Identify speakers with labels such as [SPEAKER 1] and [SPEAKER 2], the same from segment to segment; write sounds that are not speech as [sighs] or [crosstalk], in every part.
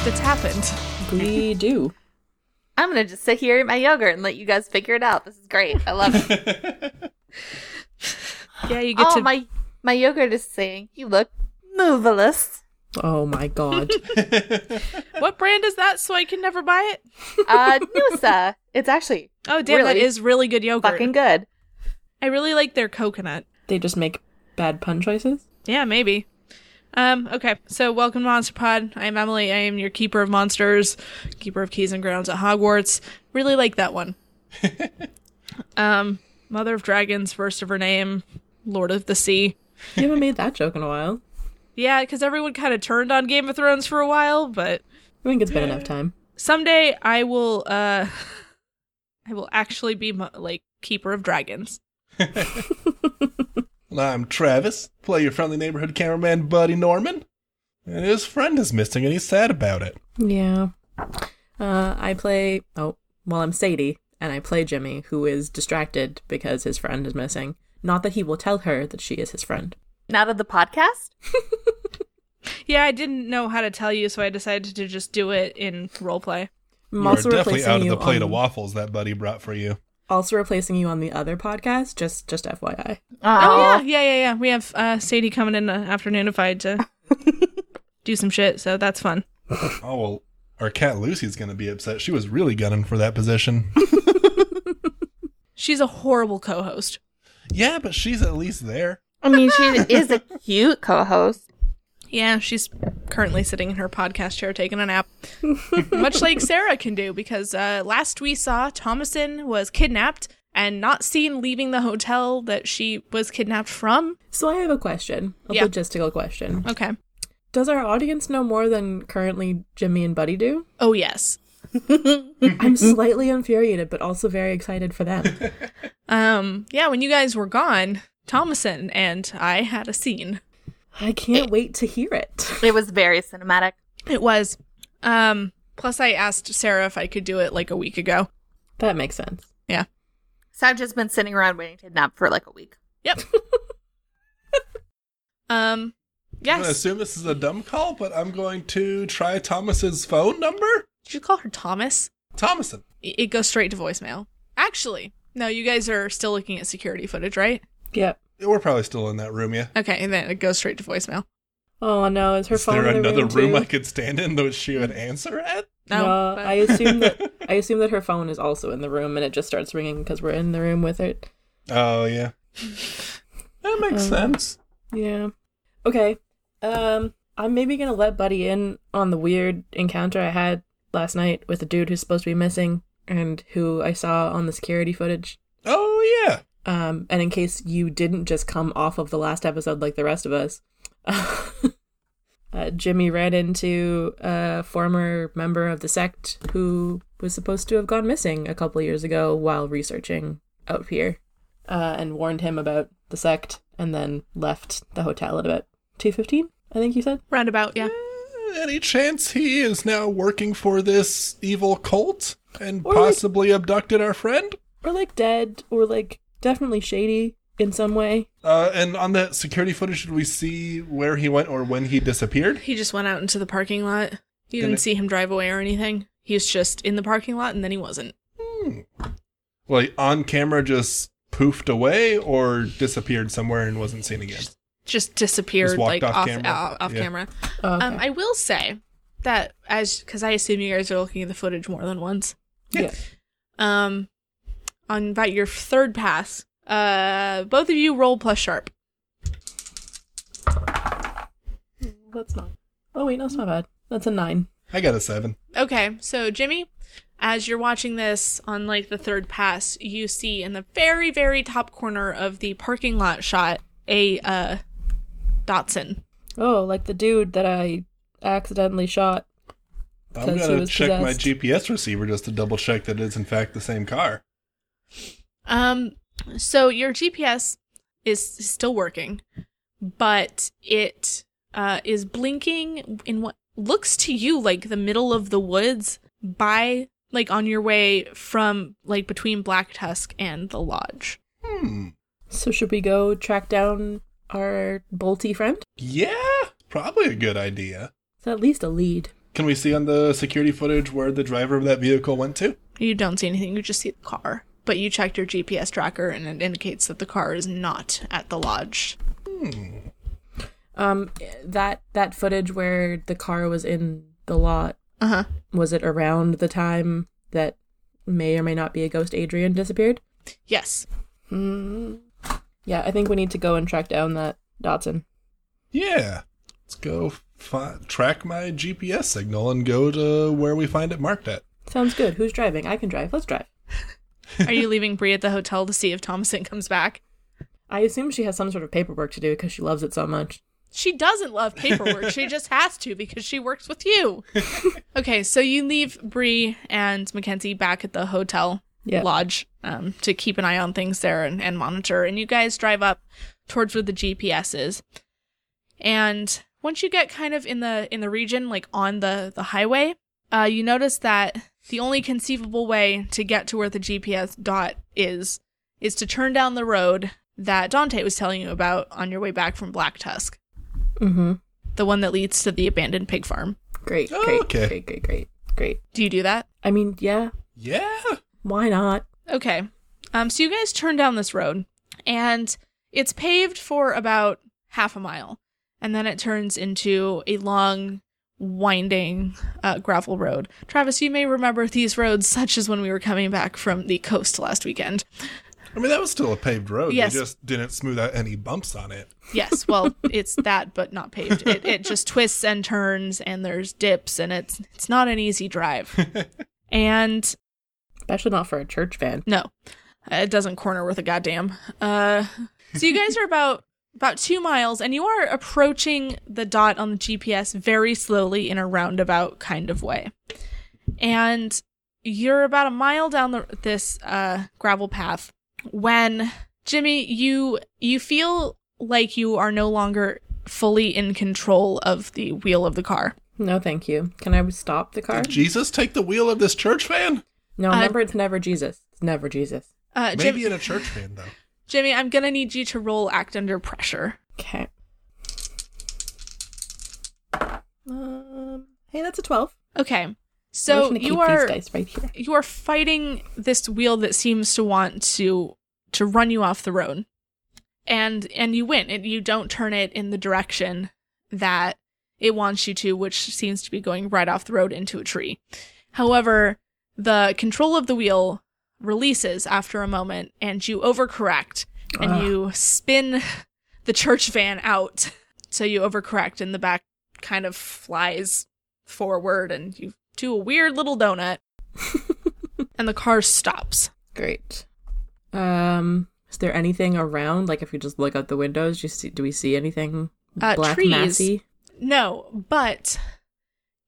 [SPEAKER 1] questions.
[SPEAKER 2] We do.
[SPEAKER 3] I'm gonna just sit here and eat my yogurt and let you guys figure it out. This is great. I [laughs] love it.
[SPEAKER 2] Yeah, you get
[SPEAKER 3] oh
[SPEAKER 2] to.
[SPEAKER 3] my my yogurt is saying you look [laughs] marvelous.
[SPEAKER 2] Oh my god.
[SPEAKER 1] what brand is that so I can never buy it?
[SPEAKER 3] Uh, Noosa. It's actually
[SPEAKER 1] Oh, damn, that
[SPEAKER 3] Really?
[SPEAKER 1] is really good yogurt.
[SPEAKER 3] fucking good.
[SPEAKER 1] I really like their coconut.
[SPEAKER 2] they just make bad pun choices.
[SPEAKER 1] Yeah, maybe. Um, okay, so welcome to Monster Pod. I'm Emily. I am your keeper of monsters, keeper of keys and grounds at Hogwarts. Really like that
[SPEAKER 3] [laughs]
[SPEAKER 1] one. um, Mother of Dragons, first of her name, Lord of the Sea.
[SPEAKER 2] You haven't made that joke in a while.
[SPEAKER 1] Yeah, because everyone kind of turned on Game of Thrones for a while, but
[SPEAKER 2] I think it's been enough time.
[SPEAKER 1] someday I will, uh, [laughs] I will actually be mo- like keeper of dragons.
[SPEAKER 4] And I'm Travis, play your friendly neighborhood cameraman Buddy Norman. And his friend is missing and he's sad about it.
[SPEAKER 2] Yeah. Uh, I play. Oh, well, I'm Sadie, and I play Jimmy, who is distracted because his friend is missing. Not that he will tell her that she is his friend.
[SPEAKER 3] Not of the podcast.
[SPEAKER 1] Yeah, I didn't know how to tell you, so I decided to just do it in roleplay.
[SPEAKER 2] I'm
[SPEAKER 4] You are definitely
[SPEAKER 2] replacing
[SPEAKER 4] out of
[SPEAKER 2] you
[SPEAKER 4] the plate
[SPEAKER 2] on-
[SPEAKER 4] of waffles that Buddy brought for you.
[SPEAKER 2] Also replacing you on the other podcast. Just, just FYI.
[SPEAKER 1] Oh, yeah, yeah, yeah, yeah. We have uh, Sadie coming in the afternoon if I had to do some shit, so that's fun.
[SPEAKER 4] Oh, well, our cat Lucy's going to be upset. She was really gunning for
[SPEAKER 2] [laughs]
[SPEAKER 4] that position.
[SPEAKER 1] She's a horrible co-host.
[SPEAKER 4] yeah, but she's at least there.
[SPEAKER 3] I mean, [laughs] she is a cute co-host.
[SPEAKER 1] Yeah, she's currently sitting in her podcast chair taking a nap, much like Sarah can do, because uh, last we saw, Thomason was kidnapped and not seen leaving the hotel that she was kidnapped from.
[SPEAKER 2] So I have a question, a
[SPEAKER 1] Yeah.
[SPEAKER 2] logistical question.
[SPEAKER 1] Okay.
[SPEAKER 2] Does our audience know more than currently Jimmy and Buddy do?
[SPEAKER 1] Oh, yes.
[SPEAKER 2] I'm slightly infuriated, but also very excited for [laughs] them.
[SPEAKER 1] Um, yeah, when you guys were gone, Thomason and I had a scene.
[SPEAKER 2] I can't wait to hear it.
[SPEAKER 3] It was very cinematic.
[SPEAKER 1] It was. Um, plus I asked Sarah if I could do it like a week ago.
[SPEAKER 2] That makes sense.
[SPEAKER 1] Yeah.
[SPEAKER 3] So I've just been sitting around waiting to nap for like a week.
[SPEAKER 1] Yep. um,
[SPEAKER 4] I'm going to
[SPEAKER 1] yes.
[SPEAKER 4] assume this is a dumb call, but I'm going to try Thomas's phone number.
[SPEAKER 1] Did you call her Thomas?
[SPEAKER 4] Thomason.
[SPEAKER 1] I- It goes straight to voicemail. Actually, no, you guys are still looking at security footage, right?
[SPEAKER 2] Yep.
[SPEAKER 4] We're probably still in that room, yeah.
[SPEAKER 1] Okay, and then it goes straight to voicemail.
[SPEAKER 2] Oh no, is her
[SPEAKER 4] Is
[SPEAKER 2] phone
[SPEAKER 4] there
[SPEAKER 2] in the
[SPEAKER 4] another room,
[SPEAKER 2] room?
[SPEAKER 4] I could stand in that she would answer at?
[SPEAKER 1] No,
[SPEAKER 2] Uh,
[SPEAKER 1] but-
[SPEAKER 2] I assume [laughs] that I assume that her phone is also in the room, and it just starts ringing because we're in the room with it. [laughs]
[SPEAKER 4] Oh, yeah. That makes
[SPEAKER 2] Um.
[SPEAKER 4] sense.
[SPEAKER 2] Yeah. Okay. Um, I'm maybe gonna let Buddy in on the weird encounter I had last night with a dude who's supposed to be missing and who I saw on the security footage.
[SPEAKER 4] Oh, yeah.
[SPEAKER 2] Um, and in case you didn't just come off of the last episode like the rest of us, [laughs] uh, Jimmy ran into a former member of the sect who was supposed to have gone missing a couple years ago while researching out here, uh, and warned him about the sect, and then left the hotel at about two fifteen. I think you said.
[SPEAKER 1] roundabout, yeah.
[SPEAKER 4] Eh, Any chance he is now working for this evil cult and
[SPEAKER 2] Or-
[SPEAKER 4] possibly abducted our friend?
[SPEAKER 2] Or like dead, or like definitely shady in some way.
[SPEAKER 4] Uh, and on that security footage, did we see where he went or when he disappeared?
[SPEAKER 1] He just went out into the parking lot. You
[SPEAKER 4] And
[SPEAKER 1] didn't
[SPEAKER 4] it-
[SPEAKER 1] see him drive away or anything. He was just in the parking lot and then he wasn't.
[SPEAKER 4] Like on camera, just poofed away or disappeared somewhere and wasn't seen again?
[SPEAKER 1] Just disappeared
[SPEAKER 4] Just
[SPEAKER 1] like
[SPEAKER 4] walked off
[SPEAKER 1] off off
[SPEAKER 4] camera?
[SPEAKER 1] camera. off
[SPEAKER 4] Yeah.
[SPEAKER 1] camera.
[SPEAKER 2] Oh, Okay.
[SPEAKER 1] Um, I will say that as because I assume you guys are looking at the footage more than once.
[SPEAKER 2] yeah.
[SPEAKER 1] Um, on about your third pass, uh, both of you roll plus sharp.
[SPEAKER 2] [laughs] That's not. Oh wait, that's not bad. That's a nine.
[SPEAKER 4] I got a seven.
[SPEAKER 1] Okay, so Jimmy, as you're watching this on like the third pass, you see in the very very top corner of the parking lot shot a uh, Datsun.
[SPEAKER 2] Oh, like the dude that I accidentally shot.
[SPEAKER 4] I'm
[SPEAKER 2] Because he
[SPEAKER 4] gonna
[SPEAKER 2] was
[SPEAKER 4] check my
[SPEAKER 2] possessed.
[SPEAKER 4] GPS receiver just to double check that it's in fact the same car.
[SPEAKER 1] Um, so your GPS is still working, but it uh, is blinking in what looks to you like the middle of the woods by like on your way from like between Black Tusk and the lodge.
[SPEAKER 4] Hmm.
[SPEAKER 2] So should we go track down our bolty friend?
[SPEAKER 4] Yeah, probably a good idea.
[SPEAKER 2] It's at least a lead.
[SPEAKER 4] Can we see on the security footage where the driver of that vehicle went to?
[SPEAKER 1] You don't see anything, you just see the car. But you checked your GPS tracker and it indicates that the car is not at the lodge.
[SPEAKER 2] Um, that that footage where the car was in the lot
[SPEAKER 1] Uh huh.
[SPEAKER 2] was it around the time that may or may not be a ghost Adrian disappeared?
[SPEAKER 1] Yes.
[SPEAKER 2] Yeah, I think we need to go and track down that Dotson.
[SPEAKER 4] Yeah. Let's go fi- track my GPS signal and go to where we find it marked at.
[SPEAKER 2] Sounds good. Who's driving? I can drive. Let's drive.
[SPEAKER 1] Are you leaving Bree at the hotel to see if Thomason comes back?
[SPEAKER 2] I assume she has some sort of paperwork to do because she loves it so much.
[SPEAKER 1] She doesn't love paperwork. she just has to because she works with you. okay, so you leave Bree and Mackenzie back at the hotel
[SPEAKER 2] Yeah.
[SPEAKER 1] lodge um, to keep an eye on things there and, and monitor. And you guys drive up towards where the GPS is. And once you get kind of in the in the region, like on the the highway, uh, you notice that the only conceivable way to get to where the GPS dot is is to turn down the road that Dante was telling you about on your way back from Black Tusk
[SPEAKER 2] Mm-hmm.
[SPEAKER 1] the one that leads to the abandoned pig farm.
[SPEAKER 2] Great.
[SPEAKER 4] Oh,
[SPEAKER 2] great.
[SPEAKER 4] okay.
[SPEAKER 2] Great. Great. Great. Great.
[SPEAKER 1] Do you do that?
[SPEAKER 2] I mean, yeah.
[SPEAKER 4] Yeah.
[SPEAKER 2] Why not?
[SPEAKER 1] Okay. Um, so you guys turn down this road, and it's paved for about half a mile, and then it turns into a long, winding uh, gravel road. Travis, you may remember these roads, such as when we were coming back from the coast last weekend.
[SPEAKER 4] I mean, that was still a paved road.
[SPEAKER 1] Yes.
[SPEAKER 4] They just didn't smooth out any bumps on it.
[SPEAKER 1] Yes, well, it's that, but not paved. It, it just twists and turns, and there's dips, and it's it's not an easy drive. and
[SPEAKER 2] Especially not for a church van.
[SPEAKER 1] No, Uh, it doesn't corner worth a goddamn. Uh, so you guys are about about two miles, and you are approaching the dot on the GPS very slowly in a roundabout kind of way, and you're about a mile down the, this uh, gravel path when Jimmy, you you feel like you are no longer fully in control of the wheel of the car.
[SPEAKER 2] No, thank you. Can I stop the car?
[SPEAKER 4] Did Jesus take the wheel of this church van?
[SPEAKER 2] No,
[SPEAKER 1] Uh,
[SPEAKER 2] remember it's never Jesus. It's never Jesus.
[SPEAKER 1] Uh, Jim-
[SPEAKER 4] Maybe in a church van, though.
[SPEAKER 1] Jimmy, I'm gonna need you to roll act under pressure.
[SPEAKER 2] Okay. Um. Hey, that's a twelve.
[SPEAKER 1] Okay.
[SPEAKER 2] I'm
[SPEAKER 1] So
[SPEAKER 2] just gonna
[SPEAKER 1] you
[SPEAKER 2] keep
[SPEAKER 1] are
[SPEAKER 2] these dice right here.
[SPEAKER 1] you are fighting this wheel that seems to want to to run you off the road and and you win and you don't turn it in the direction that it wants you to which seems to be going right off the road into a tree however the control of the wheel releases after a moment and you overcorrect and
[SPEAKER 2] Ugh.
[SPEAKER 1] you spin the church van out so you overcorrect and the back kind of flies forward and you do a weird little donut and the car stops.
[SPEAKER 2] Great. Um, is there anything around? Like, if you just look out the windows, do, you see, do we see anything
[SPEAKER 1] Uh, trees.
[SPEAKER 2] massy?
[SPEAKER 1] No, but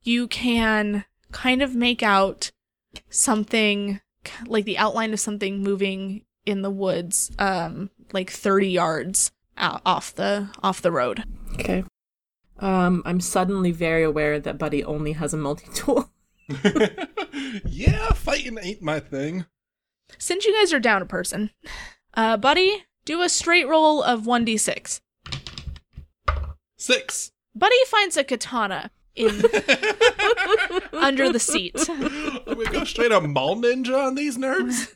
[SPEAKER 1] you can kind of make out something like the outline of something moving in the woods um like 30 yards uh, off the off the road.
[SPEAKER 2] Okay. Um, I'm suddenly very aware that Buddy only has a multi tool.
[SPEAKER 4] [laughs] yeah, fighting ain't my thing.
[SPEAKER 1] Since you guys are down a person, uh buddy, do a straight roll of 1d6.
[SPEAKER 4] Six.
[SPEAKER 1] Buddy finds a katana in under the seat.
[SPEAKER 4] I'm gonna go straight on mall ninja on
[SPEAKER 1] [laughs]
[SPEAKER 4] these nerds.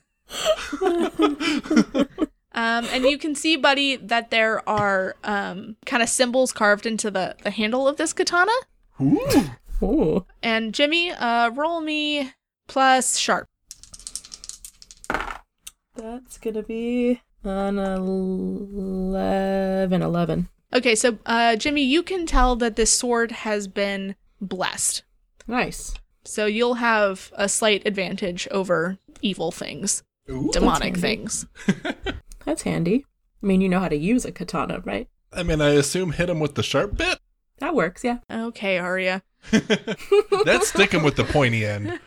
[SPEAKER 1] Um, and you can see, buddy, that there are um, kind of symbols carved into the, the handle of this katana.
[SPEAKER 4] Ooh.
[SPEAKER 2] [laughs] Ooh.
[SPEAKER 1] And Jimmy, uh, roll me plus sharp.
[SPEAKER 2] That's gonna be an 11. 11.
[SPEAKER 1] Okay, so uh, Jimmy, you can tell that this sword has been blessed.
[SPEAKER 2] Nice.
[SPEAKER 1] So you'll have a slight advantage over evil things,
[SPEAKER 4] Ooh.
[SPEAKER 1] demonic
[SPEAKER 2] handy.
[SPEAKER 1] things.
[SPEAKER 2] That's handy. I mean, you know how to use a katana, right?
[SPEAKER 4] I mean, I assume hit him with the sharp bit.
[SPEAKER 2] That works, yeah.
[SPEAKER 1] Okay, Arya.
[SPEAKER 4] That's stick him with the
[SPEAKER 2] [laughs]
[SPEAKER 4] pointy end.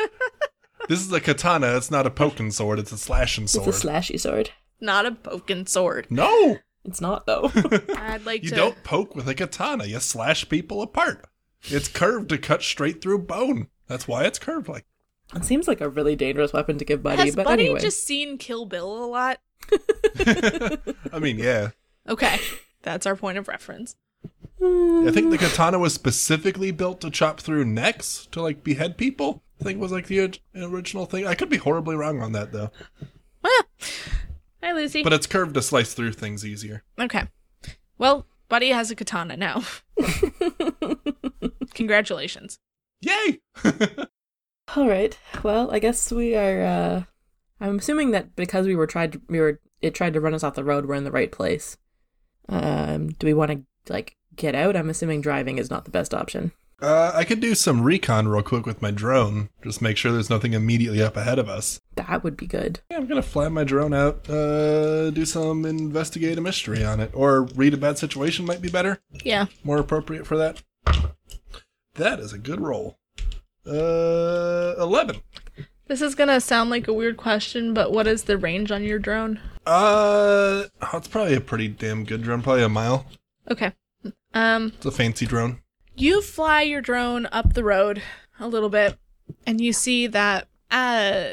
[SPEAKER 4] This is a katana. It's not a poking sword. It's a slashing sword.
[SPEAKER 2] It's a slashy sword.
[SPEAKER 1] Not a poking
[SPEAKER 2] [laughs]
[SPEAKER 1] sword.
[SPEAKER 4] no,
[SPEAKER 2] It's not, though. [laughs]
[SPEAKER 1] I'd like
[SPEAKER 4] you
[SPEAKER 1] to.
[SPEAKER 4] don't poke with a katana. You slash people apart. It's curved to cut straight through bone. That's why it's curved like.
[SPEAKER 2] it seems like a really dangerous weapon to give Buddy,
[SPEAKER 1] Has
[SPEAKER 2] but
[SPEAKER 1] Buddy
[SPEAKER 2] anyway.
[SPEAKER 1] just seen Kill Bill a lot?
[SPEAKER 4] I mean, yeah.
[SPEAKER 2] [laughs]
[SPEAKER 1] Okay, that's our point of reference.
[SPEAKER 2] Hmm.
[SPEAKER 4] I think the katana was specifically built to chop through necks to like behead people. I think was like the orig- original thing. I could be horribly wrong on that though,
[SPEAKER 1] Ah. Hi, Lucy.
[SPEAKER 4] but it's curved to slice through things easier.
[SPEAKER 1] okay. Well, Buddy has a katana [laughs] now. Congratulations.
[SPEAKER 4] Yay!
[SPEAKER 2] All right. Well, I guess we are. uh I'm assuming that because we were tried, to, we were it tried to run us off the road. We're in the right place. Um, do we want to like get out? I'm assuming driving is not the best option.
[SPEAKER 4] Uh, I could do some recon real quick with my drone. Just make sure there's nothing immediately up ahead of us.
[SPEAKER 2] That would be good.
[SPEAKER 4] Yeah, I'm gonna fly my drone out. Uh, do some investigate a mystery on it, or read a bad situation might be better,
[SPEAKER 1] Yeah.
[SPEAKER 4] more appropriate for that. That is a good roll. Uh, eleven.
[SPEAKER 1] This is gonna sound like a weird question, but what is the range on your drone?
[SPEAKER 4] Uh, oh, it's probably a pretty damn good drone. Probably a mile.
[SPEAKER 1] Okay. Um,
[SPEAKER 4] It's a fancy drone.
[SPEAKER 1] you fly your drone up the road a little bit, and you see that, uh,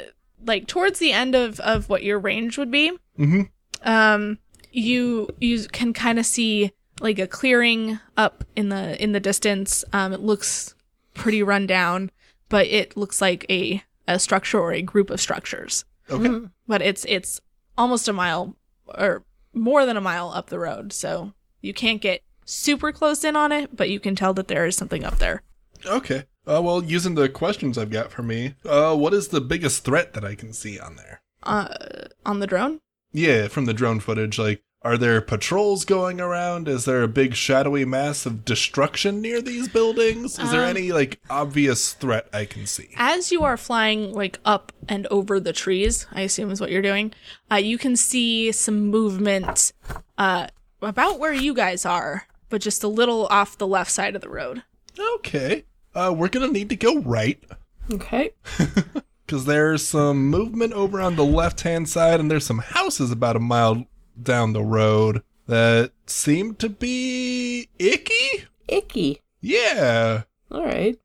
[SPEAKER 1] like towards the end of of what your range would be,
[SPEAKER 4] Mm-hmm.
[SPEAKER 1] um, you you can kind of see like a clearing up in the in the distance. Um, it looks pretty run down, but it looks like a a structure or a group of structures.
[SPEAKER 4] Okay.
[SPEAKER 1] but it's it's almost a mile or more than a mile up the road so you can't get super close in on it but you can tell that there is something up there
[SPEAKER 4] Okay. Uh, well, using the questions I've got for me, uh, what is the biggest threat that I can see on there?
[SPEAKER 1] uh, on the drone
[SPEAKER 4] Yeah, from the drone footage, like, are there patrols going around? Is there a big shadowy mass of destruction near these buildings? Is there
[SPEAKER 1] Um,
[SPEAKER 4] any like obvious threat I can see?
[SPEAKER 1] as you are flying like up and over the trees i assume is what you're doing uh, you can see some movement uh, about where you guys are but just a little off the left side of the road
[SPEAKER 4] Okay. Uh, we're gonna need to go right
[SPEAKER 2] Okay.
[SPEAKER 4] because there's some movement over on the left-hand side, and there's some houses about a mile down the road that seem to be icky.
[SPEAKER 2] Icky.
[SPEAKER 4] Yeah.
[SPEAKER 2] All right.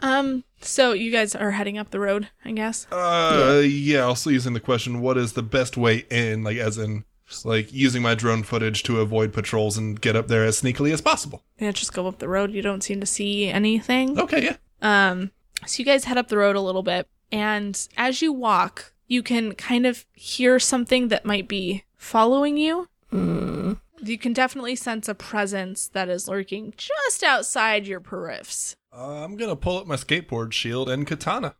[SPEAKER 1] um so you guys are heading up the road i guess
[SPEAKER 4] Uh, yeah. Also using the question, what is the best way in? Like, as in, like using my drone footage to avoid patrols and get up there as sneakily as possible.
[SPEAKER 1] yeah just go up the road you don't seem to see anything
[SPEAKER 4] Okay, yeah.
[SPEAKER 1] Um, so you guys head up the road a little bit, and as you walk, you can kind of hear something that might be following you.
[SPEAKER 2] Mm.
[SPEAKER 1] You can definitely sense a presence that is lurking just outside your periffs.
[SPEAKER 4] Uh, I'm gonna pull up my skateboard shield and katana.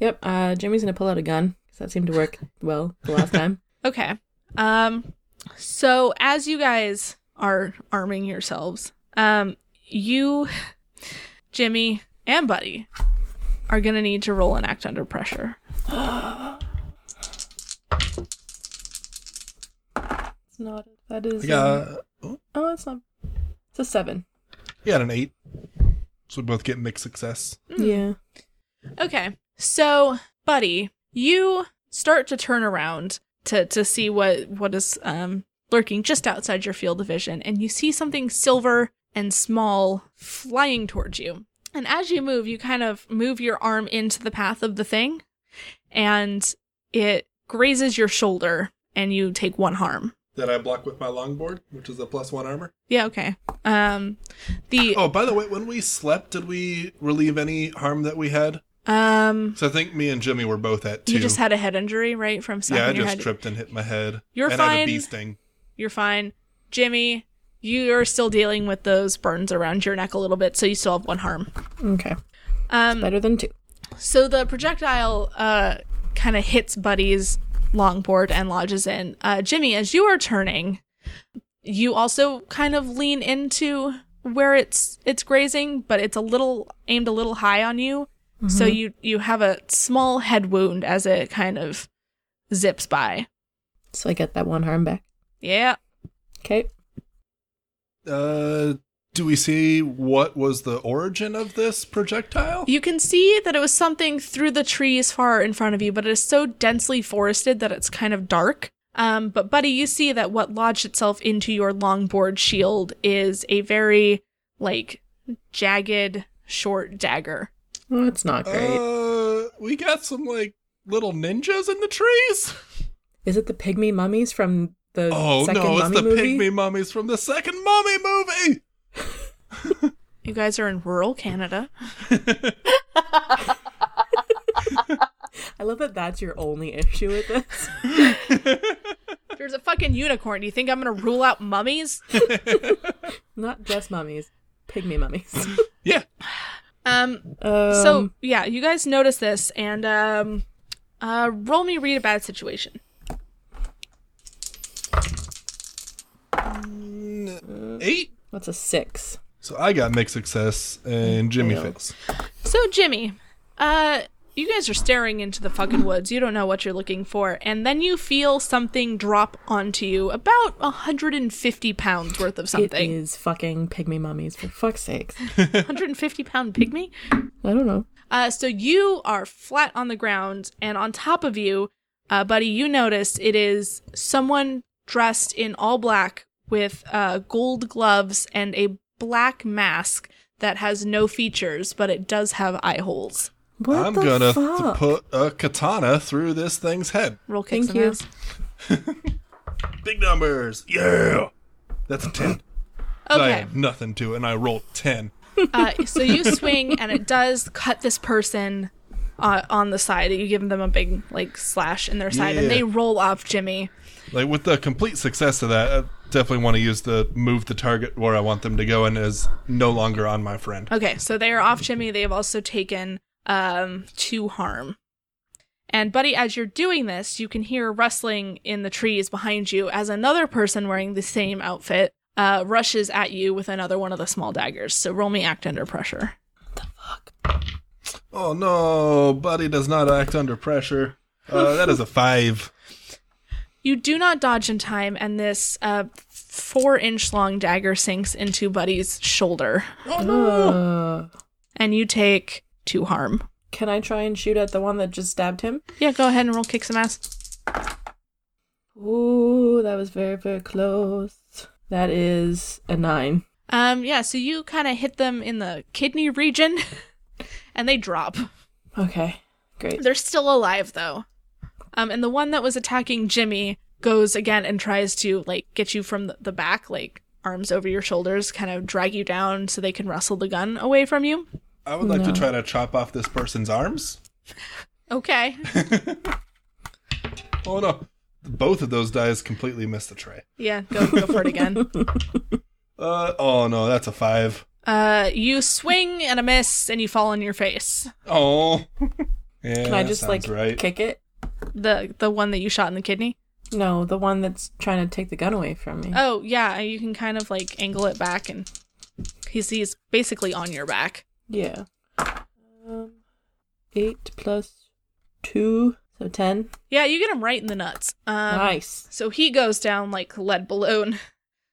[SPEAKER 2] Yep. Uh, Jimmy's gonna pull out a gun because that seemed to work well the last time.
[SPEAKER 1] Okay. Um, so as you guys are arming yourselves, um, you, Jimmy, and Buddy are gonna need to roll and act under pressure.
[SPEAKER 2] [laughs] It's not. That is.
[SPEAKER 4] I
[SPEAKER 2] um,
[SPEAKER 4] got, oh,
[SPEAKER 2] oh, it's not. It's a seven.
[SPEAKER 4] yeah, an eight. So we both get mixed success.
[SPEAKER 2] Yeah.
[SPEAKER 1] Okay. So, buddy, you start to turn around to to see what what is um lurking just outside your field of vision and you see something silver and small flying towards you. And as you move, you kind of move your arm into the path of the thing and it grazes your shoulder and you take one harm.
[SPEAKER 4] That I block with my longboard, which is a plus one armor.
[SPEAKER 1] Yeah, okay. Um the
[SPEAKER 4] Oh, by the way, when we slept, did we relieve any harm that we had?
[SPEAKER 1] um
[SPEAKER 4] So I think me and Jimmy were both at two.
[SPEAKER 1] you just had a head injury, right? From
[SPEAKER 4] yeah, I
[SPEAKER 1] smacking your
[SPEAKER 4] just
[SPEAKER 1] head.
[SPEAKER 4] tripped and hit my head.
[SPEAKER 1] You're
[SPEAKER 4] and I had
[SPEAKER 1] fine.
[SPEAKER 4] a bee sting.
[SPEAKER 1] you're fine. Jimmy, you're still dealing with those burns around your neck a little bit, so you still have one harm.
[SPEAKER 2] Okay.
[SPEAKER 1] Um,
[SPEAKER 2] Better than two.
[SPEAKER 1] so the projectile uh, kind of hits Buddy's longboard and lodges in. Uh, Jimmy, as you are turning, you also kind of lean into where it's it's grazing, but it's a little aimed a little high on you. So you you have a small head wound as it kind of zips by.
[SPEAKER 2] So I get that one harm back.
[SPEAKER 1] Yeah.
[SPEAKER 2] Okay.
[SPEAKER 4] Uh, do we see what was the origin of this projectile?
[SPEAKER 1] You can see that it was something through the trees far in front of you, but it is so densely forested that it's kind of dark. Um, but Buddy, you see that what lodged itself into your longboard shield is a very like jagged, short dagger.
[SPEAKER 2] Well, it's not great.
[SPEAKER 4] Uh, we got some like little ninjas in the trees.
[SPEAKER 2] Is it the pygmy mummies from The
[SPEAKER 4] Oh
[SPEAKER 2] second
[SPEAKER 4] no, it's
[SPEAKER 2] mummy
[SPEAKER 4] the
[SPEAKER 2] movie?
[SPEAKER 4] pygmy mummies from the second mummy movie.
[SPEAKER 1] You guys are in rural Canada. [laughs]
[SPEAKER 2] I love that that's your only issue with this. [laughs]
[SPEAKER 1] There's a fucking unicorn. Do you think I'm gonna rule out mummies?
[SPEAKER 2] Not just mummies, pygmy [laughs] mummies.
[SPEAKER 4] Yeah.
[SPEAKER 1] Um.
[SPEAKER 2] Um,
[SPEAKER 1] so yeah, you guys notice this, and um, uh, roll me read a bad situation.
[SPEAKER 4] Eight.
[SPEAKER 2] that's a six.
[SPEAKER 4] So I got mixed success and Jimmy
[SPEAKER 2] Fail.
[SPEAKER 4] fails.
[SPEAKER 1] So Jimmy, uh, you guys are staring into the fucking woods. You don't know what you're looking for, and then you feel something drop onto you, about 150 pounds worth of something.
[SPEAKER 2] It is fucking pygmy mummies for fuck's sakes.
[SPEAKER 1] 150 pound pygmy.
[SPEAKER 2] I don't know.
[SPEAKER 1] Uh, so you are flat on the ground, and on top of you, uh, buddy, you notice it is someone dressed in all black with uh, gold gloves and a black mask that has no features, but it does have eye holes.
[SPEAKER 2] What
[SPEAKER 4] I'm
[SPEAKER 2] the
[SPEAKER 4] gonna th-
[SPEAKER 2] fuck?
[SPEAKER 4] put a katana through this thing's head.
[SPEAKER 1] Roll kicks
[SPEAKER 2] Thank
[SPEAKER 1] and
[SPEAKER 2] you.
[SPEAKER 1] ass.
[SPEAKER 4] Big numbers. Yeah. That's
[SPEAKER 2] [gasps]
[SPEAKER 4] a ten. I
[SPEAKER 1] Okay.
[SPEAKER 4] have nothing to, it, and I rolled ten.
[SPEAKER 1] Uh, so you swing, and it does cut this person uh, on the side. You give them a big like slash in their side,
[SPEAKER 4] Yeah.
[SPEAKER 1] and they roll off, Jimmy.
[SPEAKER 4] Like with the complete success of that, I definitely want to use the move the target where I want them to go and is no longer on my friend.
[SPEAKER 1] Okay, so they are off Jimmy. They have also taken um two harm. And buddy, as you're doing this, you can hear rustling in the trees behind you as another person wearing the same outfit uh, rushes at you with another one of the small daggers. So roll me act under pressure.
[SPEAKER 4] Oh no, buddy does not act under [laughs] pressure. Uh, that is a five.
[SPEAKER 1] You do not dodge in time, and this uh, four inch long dagger sinks into Buddy's shoulder,
[SPEAKER 4] Oh,
[SPEAKER 2] Uh,
[SPEAKER 1] and you take two harm.
[SPEAKER 2] can I try and shoot at the one that just stabbed him?
[SPEAKER 1] Yeah, go ahead and roll kick some ass.
[SPEAKER 2] Ooh, that was very, very close. That is a nine.
[SPEAKER 1] Um, yeah, so you kind of hit them in the kidney region [laughs] and they drop.
[SPEAKER 2] Okay, great.
[SPEAKER 1] They're still alive though. Um, and the one that was attacking Jimmy goes again and tries to like get you from the- the back, like arms over your shoulders, kind of drag you down so they can wrestle the gun away from you.
[SPEAKER 4] I would like to try to chop off this person's arms.
[SPEAKER 1] Okay.
[SPEAKER 4] Oh no. Both of those dice completely missed the tray.
[SPEAKER 1] Yeah, go go for it again.
[SPEAKER 4] Uh, oh no, that's a five.
[SPEAKER 1] Uh, you swing and a miss and you fall on your face.
[SPEAKER 4] Oh. [laughs] yeah,
[SPEAKER 2] Can I
[SPEAKER 4] that
[SPEAKER 2] just
[SPEAKER 4] sounds
[SPEAKER 2] like
[SPEAKER 4] right.
[SPEAKER 2] kick it?
[SPEAKER 1] The the one that you shot in the kidney.
[SPEAKER 2] No, the one that's trying to take the gun away from me.
[SPEAKER 1] Oh yeah, you can kind of like angle it back and he's he's basically on your back.
[SPEAKER 2] Yeah. Um, eight plus two, so ten.
[SPEAKER 1] Yeah, you get him right in the nuts. Um,
[SPEAKER 2] nice.
[SPEAKER 1] So he goes down like a lead balloon.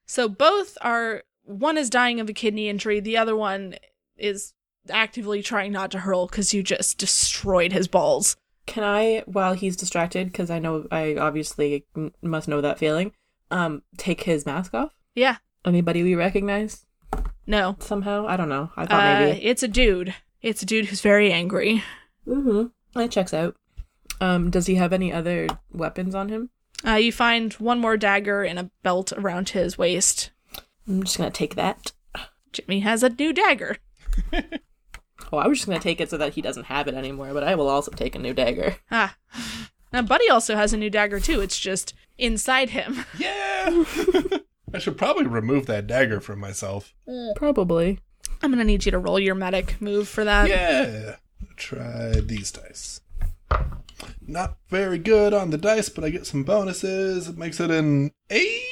[SPEAKER 1] So both are one is dying of a kidney injury, the other one is actively trying not to hurl because you just destroyed his balls.
[SPEAKER 2] Can I, while he's distracted, because I know I obviously m- must know that feeling, um, take his mask off?
[SPEAKER 1] Yeah,
[SPEAKER 2] Anybody we recognize
[SPEAKER 1] no,
[SPEAKER 2] somehow? I don't know. I thought
[SPEAKER 1] uh,
[SPEAKER 2] maybe.
[SPEAKER 1] it's a dude. It's a dude who's very angry.
[SPEAKER 2] hmm That checks out. Um, does he have any other weapons on him?
[SPEAKER 1] Uh, you find one more dagger in a belt around his waist.
[SPEAKER 2] I'm just gonna take that.
[SPEAKER 1] Jimmy has a new dagger.
[SPEAKER 2] Oh, I was just gonna take it so that he doesn't have it anymore, but I will also take a new dagger.
[SPEAKER 1] Ah, now Buddy also has a new dagger too. It's just inside him. [laughs]
[SPEAKER 4] Yeah. [laughs] I should probably remove that dagger from myself.
[SPEAKER 1] Mm.
[SPEAKER 2] Probably.
[SPEAKER 1] I'm gonna need you to roll your medic move for that.
[SPEAKER 4] Yeah. Try these dice. Not very good on the dice, but I get some bonuses. It makes it an eight.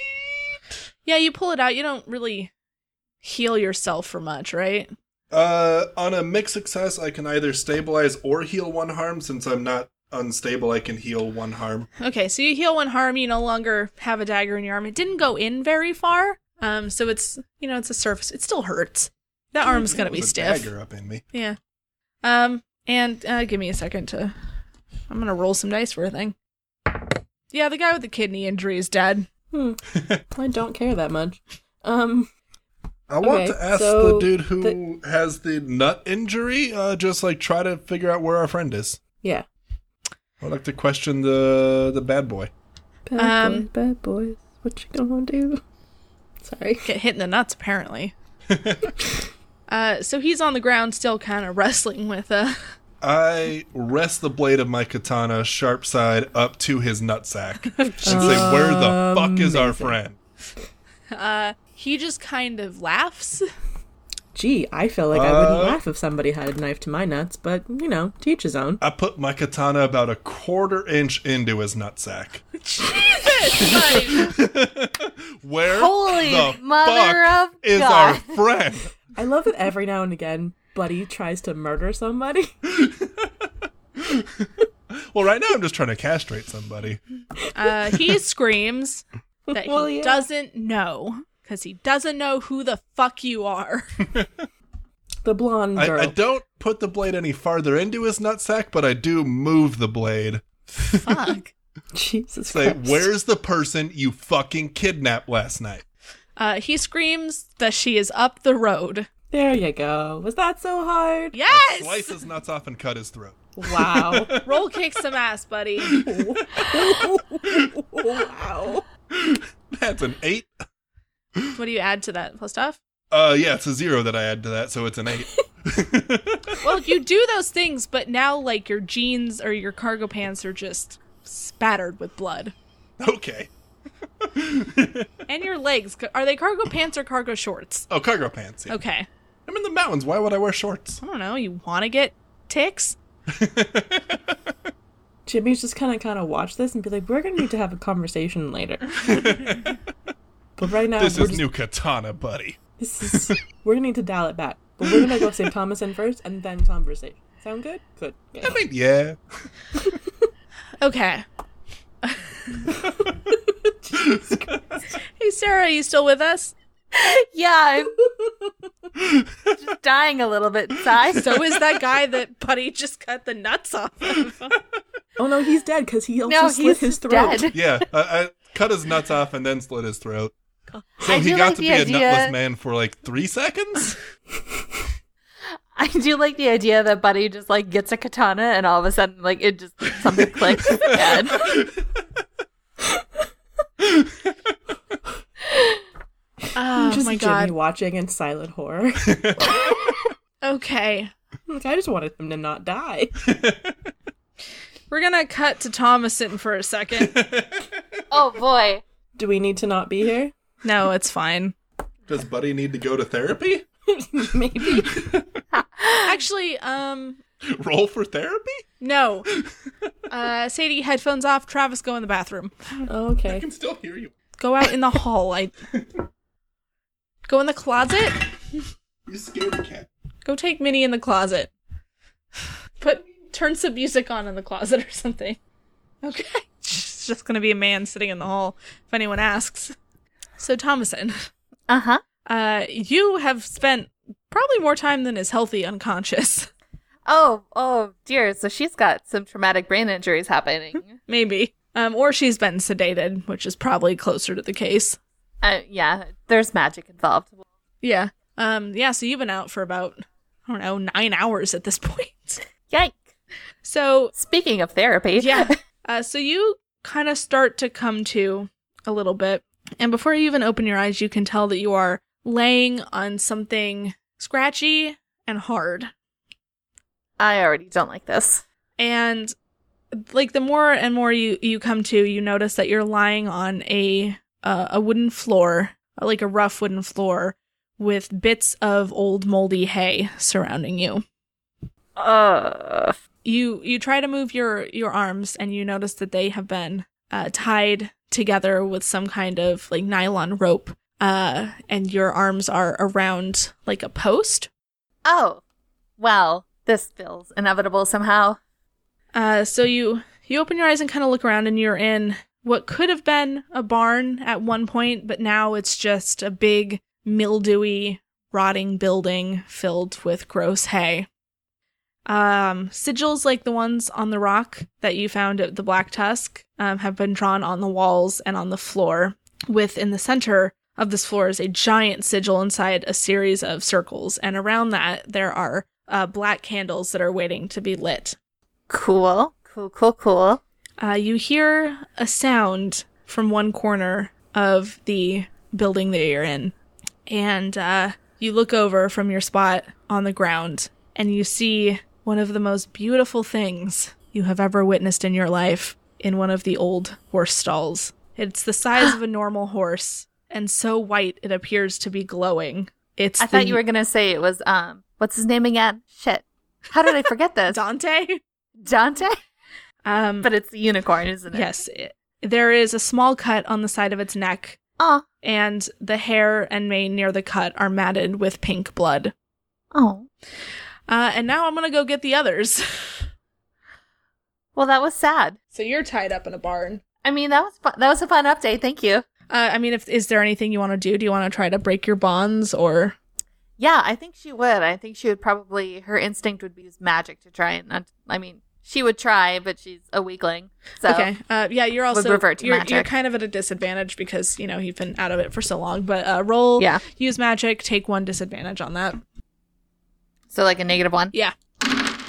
[SPEAKER 1] Yeah, you pull it out. You don't really heal yourself for much, right?
[SPEAKER 4] Uh, on a mixed success, I can either stabilize or heal one harm. Since I'm not unstable, I can heal one harm.
[SPEAKER 1] Okay, so you heal one harm. You no longer have a dagger in your arm. It didn't go in very far, um, so it's you know it's a surface. It still hurts. That arm's gonna
[SPEAKER 4] It
[SPEAKER 1] be
[SPEAKER 4] was a
[SPEAKER 1] stiff.
[SPEAKER 4] Dagger up in me.
[SPEAKER 1] Yeah. Um, and uh, give me a second to. I'm gonna roll some dice for a thing. Yeah, the guy with the kidney injury is dead.
[SPEAKER 2] Hmm. I don't care that much. Um,
[SPEAKER 4] I want
[SPEAKER 2] Okay,
[SPEAKER 4] to ask
[SPEAKER 2] so
[SPEAKER 4] the dude who has the nut injury, uh, just like try to figure out where our friend is.
[SPEAKER 2] yeah.
[SPEAKER 4] I'd like to question the the bad boy.
[SPEAKER 2] Bad
[SPEAKER 1] Um,
[SPEAKER 2] boys, bad boys. What you gonna do? Sorry.
[SPEAKER 1] Get hit in the nuts,
[SPEAKER 2] [laughs]
[SPEAKER 1] apparently. uh, so he's on the ground, still kind of wrestling with uh,
[SPEAKER 4] I rest the blade of my katana sharp side up to his nutsack and say, Where the fuck is our friend?
[SPEAKER 1] He just kind of laughs.
[SPEAKER 2] Gee, I feel like I wouldn't
[SPEAKER 4] Uh.
[SPEAKER 2] laugh if somebody had a knife to my nuts, but you know, to each his own.
[SPEAKER 4] I put my katana about a quarter inch into his nutsack.
[SPEAKER 1] Jesus! buddy.
[SPEAKER 4] [laughs] Where
[SPEAKER 3] Holy
[SPEAKER 4] the
[SPEAKER 3] mother
[SPEAKER 4] fuck
[SPEAKER 3] of
[SPEAKER 4] is
[SPEAKER 3] God.
[SPEAKER 4] our friend?
[SPEAKER 2] I love that every now and again, Buddy tries to murder somebody. [laughs]
[SPEAKER 4] Well, right now I'm just trying to castrate somebody.
[SPEAKER 1] Uh,
[SPEAKER 2] [laughs]
[SPEAKER 1] he screams that
[SPEAKER 2] Well,
[SPEAKER 1] he
[SPEAKER 2] yeah.
[SPEAKER 1] doesn't know because he doesn't know who the fuck you are.
[SPEAKER 2] The blonde
[SPEAKER 4] I,
[SPEAKER 2] girl.
[SPEAKER 4] I don't put the blade any farther into his nutsack, but I do move the blade.
[SPEAKER 1] fuck.
[SPEAKER 2] Jesus
[SPEAKER 4] Say,
[SPEAKER 2] Christ.
[SPEAKER 4] where's the person you fucking kidnapped last night?
[SPEAKER 1] [laughs] Uh, he screams that she is up the road.
[SPEAKER 2] There you go. Was that so hard?
[SPEAKER 4] Slice
[SPEAKER 1] Yes!
[SPEAKER 4] his nuts off and cut his throat. [laughs]
[SPEAKER 2] Wow.
[SPEAKER 1] Roll kick some ass,
[SPEAKER 2] [laughs]
[SPEAKER 1] buddy.
[SPEAKER 2] wow.
[SPEAKER 4] That's an eight.
[SPEAKER 1] What do you add to that, Plustov?
[SPEAKER 4] Uh, yeah, it's a zero that I add to that, so it's
[SPEAKER 3] [laughs]
[SPEAKER 4] an eight.
[SPEAKER 1] Well, you do those things, but now, like, your jeans or your cargo pants are just spattered with blood.
[SPEAKER 4] okay.
[SPEAKER 1] And your legs. Are they cargo pants or cargo shorts?
[SPEAKER 4] Oh, cargo pants. yeah.
[SPEAKER 1] Okay.
[SPEAKER 4] I'm in the mountains. Why would I wear shorts?
[SPEAKER 1] I don't know. You want to get ticks?
[SPEAKER 2] Jimmy's just kind of kind of watch this and be like, we're gonna need to have a conversation
[SPEAKER 4] [laughs]
[SPEAKER 2] later. but right now,
[SPEAKER 4] This
[SPEAKER 2] we're
[SPEAKER 4] is
[SPEAKER 2] just,
[SPEAKER 4] new katana, buddy.
[SPEAKER 2] this is we're gonna need to dial it back. But we're gonna go save Thomas in first and then conversation. Sound good? Good. Okay.
[SPEAKER 4] I mean, yeah.
[SPEAKER 1] Okay. [laughs] hey, Sarah, you still with us?
[SPEAKER 3] Yeah, [laughs] I'm just dying a little bit inside. [laughs]
[SPEAKER 1] So is that guy that Buddy just cut the nuts off of.
[SPEAKER 2] [laughs] Oh no, he's dead because he also
[SPEAKER 3] No,
[SPEAKER 2] slit
[SPEAKER 3] he's
[SPEAKER 2] his throat.
[SPEAKER 3] dead.
[SPEAKER 4] Yeah, I, I cut his nuts off and then slit his throat. So
[SPEAKER 3] I
[SPEAKER 4] he
[SPEAKER 3] do
[SPEAKER 4] got
[SPEAKER 3] like
[SPEAKER 4] to
[SPEAKER 3] the
[SPEAKER 4] be a
[SPEAKER 3] idea-
[SPEAKER 4] nutless man for like
[SPEAKER 3] [laughs]
[SPEAKER 4] three seconds?
[SPEAKER 3] I do like the idea that Buddy just like gets a katana and all of a sudden like it just something clicks. Dead.
[SPEAKER 1] Oh,
[SPEAKER 2] just
[SPEAKER 1] my
[SPEAKER 2] Jimmy
[SPEAKER 1] God.
[SPEAKER 2] watching in silent
[SPEAKER 4] [laughs]
[SPEAKER 2] horror.
[SPEAKER 1] Okay.
[SPEAKER 2] like, I just wanted him to not die.
[SPEAKER 1] We're going to cut to Thomason for a second.
[SPEAKER 3] Oh boy.
[SPEAKER 2] Do we need to not be here? [laughs]
[SPEAKER 1] No, it's fine.
[SPEAKER 4] Does Buddy need to go to therapy? [laughs]
[SPEAKER 2] Maybe.
[SPEAKER 1] Actually, um,
[SPEAKER 4] Roll for therapy?
[SPEAKER 1] no. [laughs] Uh, Sadie, headphones off. Travis, go in the bathroom.
[SPEAKER 4] I
[SPEAKER 2] Okay.
[SPEAKER 4] can still hear you.
[SPEAKER 1] Go out in the hall. I go in the closet.
[SPEAKER 4] You scared cat.
[SPEAKER 1] Go take Minnie in the closet. Put turn some music on in the closet or something. Okay. [laughs] It's just gonna be a man sitting in the hall if anyone asks. So Thomason,
[SPEAKER 3] Uh huh.
[SPEAKER 1] uh, you have spent probably more time than is healthy unconscious. [laughs]
[SPEAKER 3] Oh oh dear. So she's got some traumatic brain
[SPEAKER 1] [laughs]
[SPEAKER 3] injuries happening.
[SPEAKER 1] Maybe. Um, or she's been sedated, which is probably closer to the case.
[SPEAKER 3] Uh, yeah, there's magic involved.
[SPEAKER 1] Yeah. Um, yeah, so you've been out for about I don't know, nine hours at this point. [laughs]
[SPEAKER 3] Yike.
[SPEAKER 1] So
[SPEAKER 3] Speaking of therapy. [laughs]
[SPEAKER 1] yeah. Uh, so you kind of start to come to a little bit. And before you even open your eyes, you can tell that you are laying on something scratchy and hard.
[SPEAKER 3] I already don't like this.
[SPEAKER 1] And like the more and more you you come to, you notice that you're lying on a uh, a wooden floor, like a rough wooden floor with bits of old moldy hay surrounding you.
[SPEAKER 3] Ugh.
[SPEAKER 1] you you try to move your your arms and you notice that they have been uh, tied together with some kind of like nylon rope uh and your arms are around like a post
[SPEAKER 3] Oh. Well, this feels inevitable somehow.
[SPEAKER 1] uh so you you open your eyes and kind of look around and you're in what could have been a barn at one point but now it's just a big mildewy rotting building filled with gross hay um, sigils like the ones on the rock that you found at the Black Tusk um, have been drawn on the walls and on the floor. With in the center of this floor is a giant sigil inside a series of circles, and around that there are uh, black candles that are waiting to be lit.
[SPEAKER 3] Cool. Cool, cool, cool.
[SPEAKER 1] Uh, you hear a sound from one corner uh, of the building that you're in. And uh, you look over from your spot on the ground and you see one of the most beautiful things you have ever witnessed in your life in one of the old horse stalls. It's the size of a normal horse and so white it appears to be glowing. It's
[SPEAKER 3] I
[SPEAKER 1] the-
[SPEAKER 3] thought you were gonna say it was um what's his name again? Shit. How did I forget [laughs] this?
[SPEAKER 1] Dante.
[SPEAKER 3] Dante? [laughs]
[SPEAKER 1] Um,
[SPEAKER 3] But it's the unicorn, isn't it?
[SPEAKER 1] yes, it- there is a small cut on the side of its neck
[SPEAKER 3] Oh.
[SPEAKER 1] and the hair and mane near the cut are matted with pink blood.
[SPEAKER 3] Oh.
[SPEAKER 1] Uh, and now I'm gonna go get the others. [laughs]
[SPEAKER 3] Well that was sad.
[SPEAKER 1] so you're tied up in a barn.
[SPEAKER 3] I mean that was fun that was a fun update, thank you.
[SPEAKER 1] Uh, I mean, if is there anything you want to do? Do you want to try to break your bonds, or
[SPEAKER 3] Yeah, I think she would. I think she would probably her instinct would be use magic to try and not I mean, she would try, but she's a weakling. So
[SPEAKER 1] okay? Uh, yeah, you're also
[SPEAKER 3] revert to
[SPEAKER 1] you're,
[SPEAKER 3] magic.
[SPEAKER 1] you're kind of at a disadvantage because you know you've been out of it for so long. But uh, roll,
[SPEAKER 3] Yeah.
[SPEAKER 1] use magic, take one disadvantage on that,
[SPEAKER 3] So like a negative one.
[SPEAKER 1] yeah,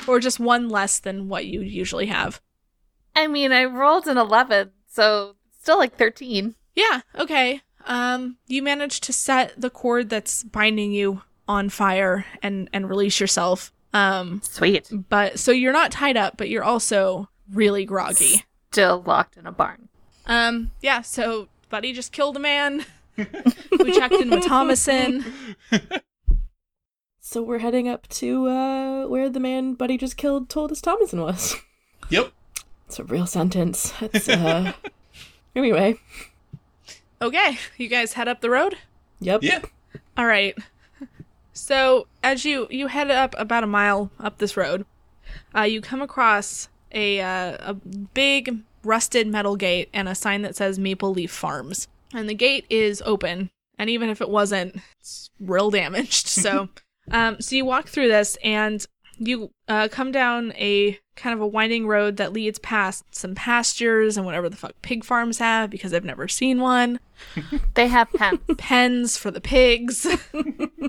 [SPEAKER 1] or just one less than what you usually have.
[SPEAKER 3] I mean I rolled an eleven, so still like thirteen.
[SPEAKER 1] Yeah, okay. Um you manage to set the cord that's binding you on fire and and release yourself. Um
[SPEAKER 3] Sweet.
[SPEAKER 1] but so you're not tied up, but you're also really groggy.
[SPEAKER 3] Still locked in a barn.
[SPEAKER 1] Um yeah, so Buddy just killed a man. we checked in with Thomason.
[SPEAKER 2] So we're heading up to uh, where the man Buddy just killed told us Thomason was. [laughs]
[SPEAKER 4] Yep.
[SPEAKER 2] It's a real sentence. It's,
[SPEAKER 4] [laughs]
[SPEAKER 2] uh... anyway.
[SPEAKER 1] Okay, you guys head up the road?
[SPEAKER 2] Yep.
[SPEAKER 4] Yeah.
[SPEAKER 1] All right. So as you you head up about a mile up this road, uh, you come across a uh, a big rusted metal gate and a sign that says Maple Leaf Farms, and the gate is open. And even if it wasn't, it's real damaged. So, um, so you walk through this and you uh, come down a kind of a winding road that leads past some pastures and whatever the fuck pig farms have because I've never seen one.
[SPEAKER 3] They have [laughs] pens.
[SPEAKER 1] Pens for the pigs. [laughs]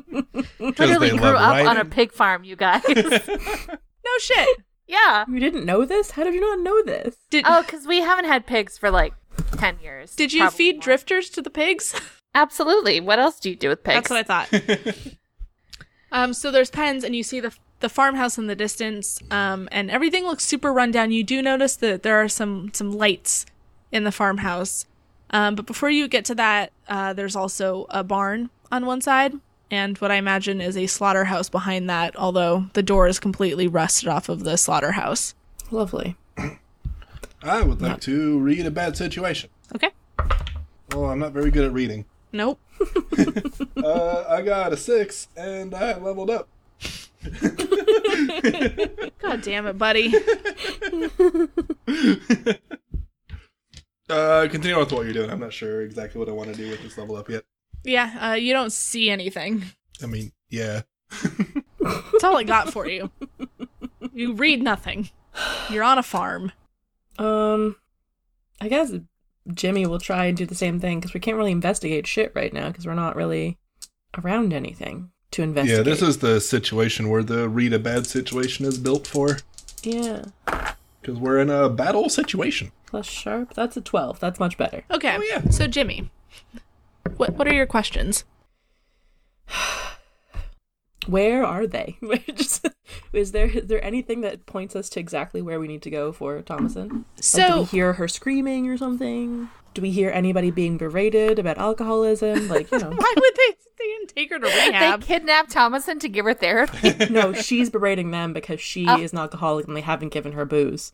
[SPEAKER 3] Literally
[SPEAKER 4] they
[SPEAKER 3] grew
[SPEAKER 4] love
[SPEAKER 3] up on a
[SPEAKER 4] writing.
[SPEAKER 3] pig farm, you guys.
[SPEAKER 1] no shit.
[SPEAKER 3] [laughs] yeah.
[SPEAKER 2] You didn't know this? How did you not know this?
[SPEAKER 1] Did
[SPEAKER 3] Oh, because we haven't had pigs for like 10 years.
[SPEAKER 1] did you
[SPEAKER 3] Probably
[SPEAKER 1] feed
[SPEAKER 3] more.
[SPEAKER 1] drifters to the pigs?
[SPEAKER 3] Absolutely. What else do you do with
[SPEAKER 1] [laughs]
[SPEAKER 3] pigs?
[SPEAKER 1] That's what
[SPEAKER 3] [laughs]
[SPEAKER 1] I thought. um, so there's pens, and you see the the farmhouse in the distance, um, and everything looks super run down. You do notice that there are some some lights in the farmhouse, um, but before you get to that, uh, there's also a barn on one side, and what I imagine is a slaughterhouse behind that. Although the door is completely rusted off of the slaughterhouse.
[SPEAKER 2] Lovely.
[SPEAKER 4] I would like to read a bad situation.
[SPEAKER 1] Okay.
[SPEAKER 4] Oh, I'm not very good at reading.
[SPEAKER 1] Nope.
[SPEAKER 4] Uh, I got a six, and I leveled up.
[SPEAKER 1] God damn it, [laughs] buddy.
[SPEAKER 4] Uh, continue with what you're doing. I'm not sure exactly what I want to do with this level up yet.
[SPEAKER 1] yeah, uh, you don't see anything.
[SPEAKER 4] I mean, yeah.
[SPEAKER 1] That's all I got for you. You read nothing. You're on a farm.
[SPEAKER 2] Um, I guess Jimmy will try and do the same thing because we can't really investigate shit right now because we're not really around anything to investigate.
[SPEAKER 4] Yeah, this is the situation where the read a bad situation is built for.
[SPEAKER 2] Yeah.
[SPEAKER 4] Because we're in a battle situation.
[SPEAKER 2] Plus sharp. That's a 12. That's much better.
[SPEAKER 1] Okay.
[SPEAKER 4] Oh, yeah.
[SPEAKER 1] So Jimmy, what what are your questions?
[SPEAKER 2] Where are they? [laughs] We're just, is there is there anything that points us to exactly where we need to go for Thomason? Like, do we
[SPEAKER 1] So
[SPEAKER 2] hear her screaming or something? Do we hear anybody being berated about alcoholism? Like,
[SPEAKER 1] [laughs]
[SPEAKER 2] you
[SPEAKER 1] [laughs]
[SPEAKER 2] know.
[SPEAKER 1] why would they they didn't take her to
[SPEAKER 3] They
[SPEAKER 1] rehab?
[SPEAKER 3] kidnapped Thomason to give her therapy.
[SPEAKER 2] no, she's berating them because she is an alcoholic and they haven't given her booze.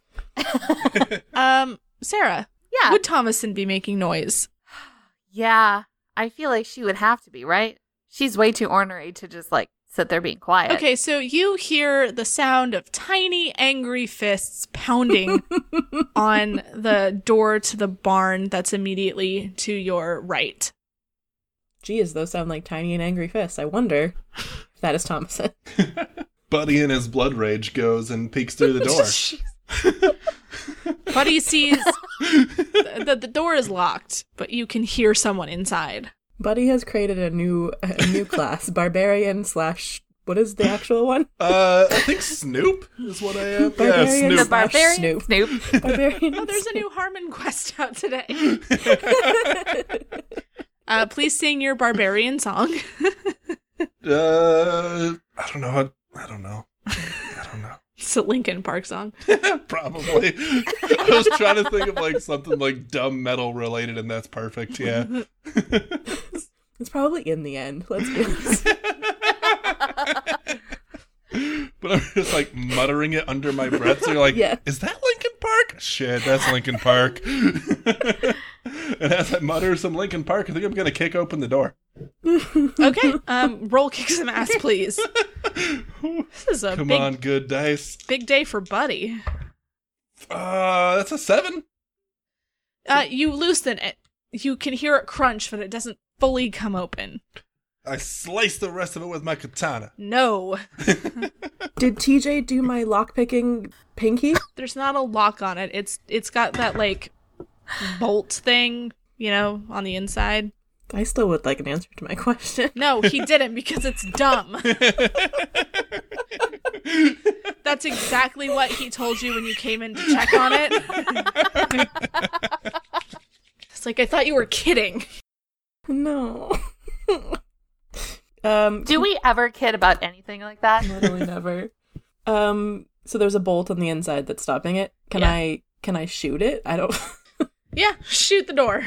[SPEAKER 1] um, Sarah,
[SPEAKER 3] yeah.
[SPEAKER 1] would Thomason be making noise?
[SPEAKER 3] [laughs] yeah. I feel like she would have to be, right? She's way too ornery to just like sit there being quiet.
[SPEAKER 1] Okay, so you hear the sound of tiny angry fists pounding on the door to the barn that's immediately to your right.
[SPEAKER 2] Geez, those sound like tiny and angry fists. I wonder if that is Thomason.
[SPEAKER 4] Buddy in his blood rage goes and peeks
[SPEAKER 1] [laughs]
[SPEAKER 4] through the door.
[SPEAKER 1] Buddy sees the, the, the door is locked, but you can hear someone inside.
[SPEAKER 2] [laughs] Buddy has created a new a new class, barbarian slash what is the actual one?
[SPEAKER 4] uh, I think Snoop is what I am. Yeah,
[SPEAKER 2] Barbarian
[SPEAKER 3] The
[SPEAKER 2] Slash
[SPEAKER 4] Snoop.
[SPEAKER 3] barbarian
[SPEAKER 2] Snoop. [laughs]
[SPEAKER 3] Snoop.
[SPEAKER 2] Barbarian.
[SPEAKER 1] Oh, there's a new Harmon quest out today. Uh, please sing your barbarian song. [laughs]
[SPEAKER 4] Uh, I don't know. I, I don't know. [laughs] I don't know.
[SPEAKER 1] it's a Linkin Park song.
[SPEAKER 4] Probably. [laughs] I was trying to think of like something like dumb metal related, and that's perfect. Yeah.
[SPEAKER 2] It's probably in the end. Let's be honest.
[SPEAKER 4] but I'm just like muttering it under my breath. So you're like,
[SPEAKER 2] Yeah.
[SPEAKER 4] is that Linkin Park? Shit, that's Linkin Park. [laughs] and as I mutter some Linkin Park, I think I'm gonna kick open the door.
[SPEAKER 1] Okay. Um, roll kick some ass, please. This is a
[SPEAKER 4] Come
[SPEAKER 1] big
[SPEAKER 4] on, good dice.
[SPEAKER 1] big day for Buddy.
[SPEAKER 4] Uh, that's a seven.
[SPEAKER 1] Uh, you loosen it. You can hear it crunch, but it doesn't fully come open.
[SPEAKER 4] I slice the rest of it with my katana.
[SPEAKER 1] No,
[SPEAKER 2] Did TJ do my lockpicking pinky?
[SPEAKER 1] there's not a lock on it. It's it's got that like bolt thing, you know, on the inside.
[SPEAKER 2] I still would like an answer to my question.
[SPEAKER 1] No, [laughs] he didn't because it's [laughs] dumb. That's exactly what he told you when you came in to check on it. [laughs] it's like I thought you were kidding.
[SPEAKER 2] No. [laughs] um,
[SPEAKER 3] Do we ever kid about anything like that?
[SPEAKER 2] literally never. Um, so there's a bolt on the inside that's stopping it. Can
[SPEAKER 1] Yeah.
[SPEAKER 2] I can I shoot it? I don't. [laughs]
[SPEAKER 1] Yeah, shoot the door.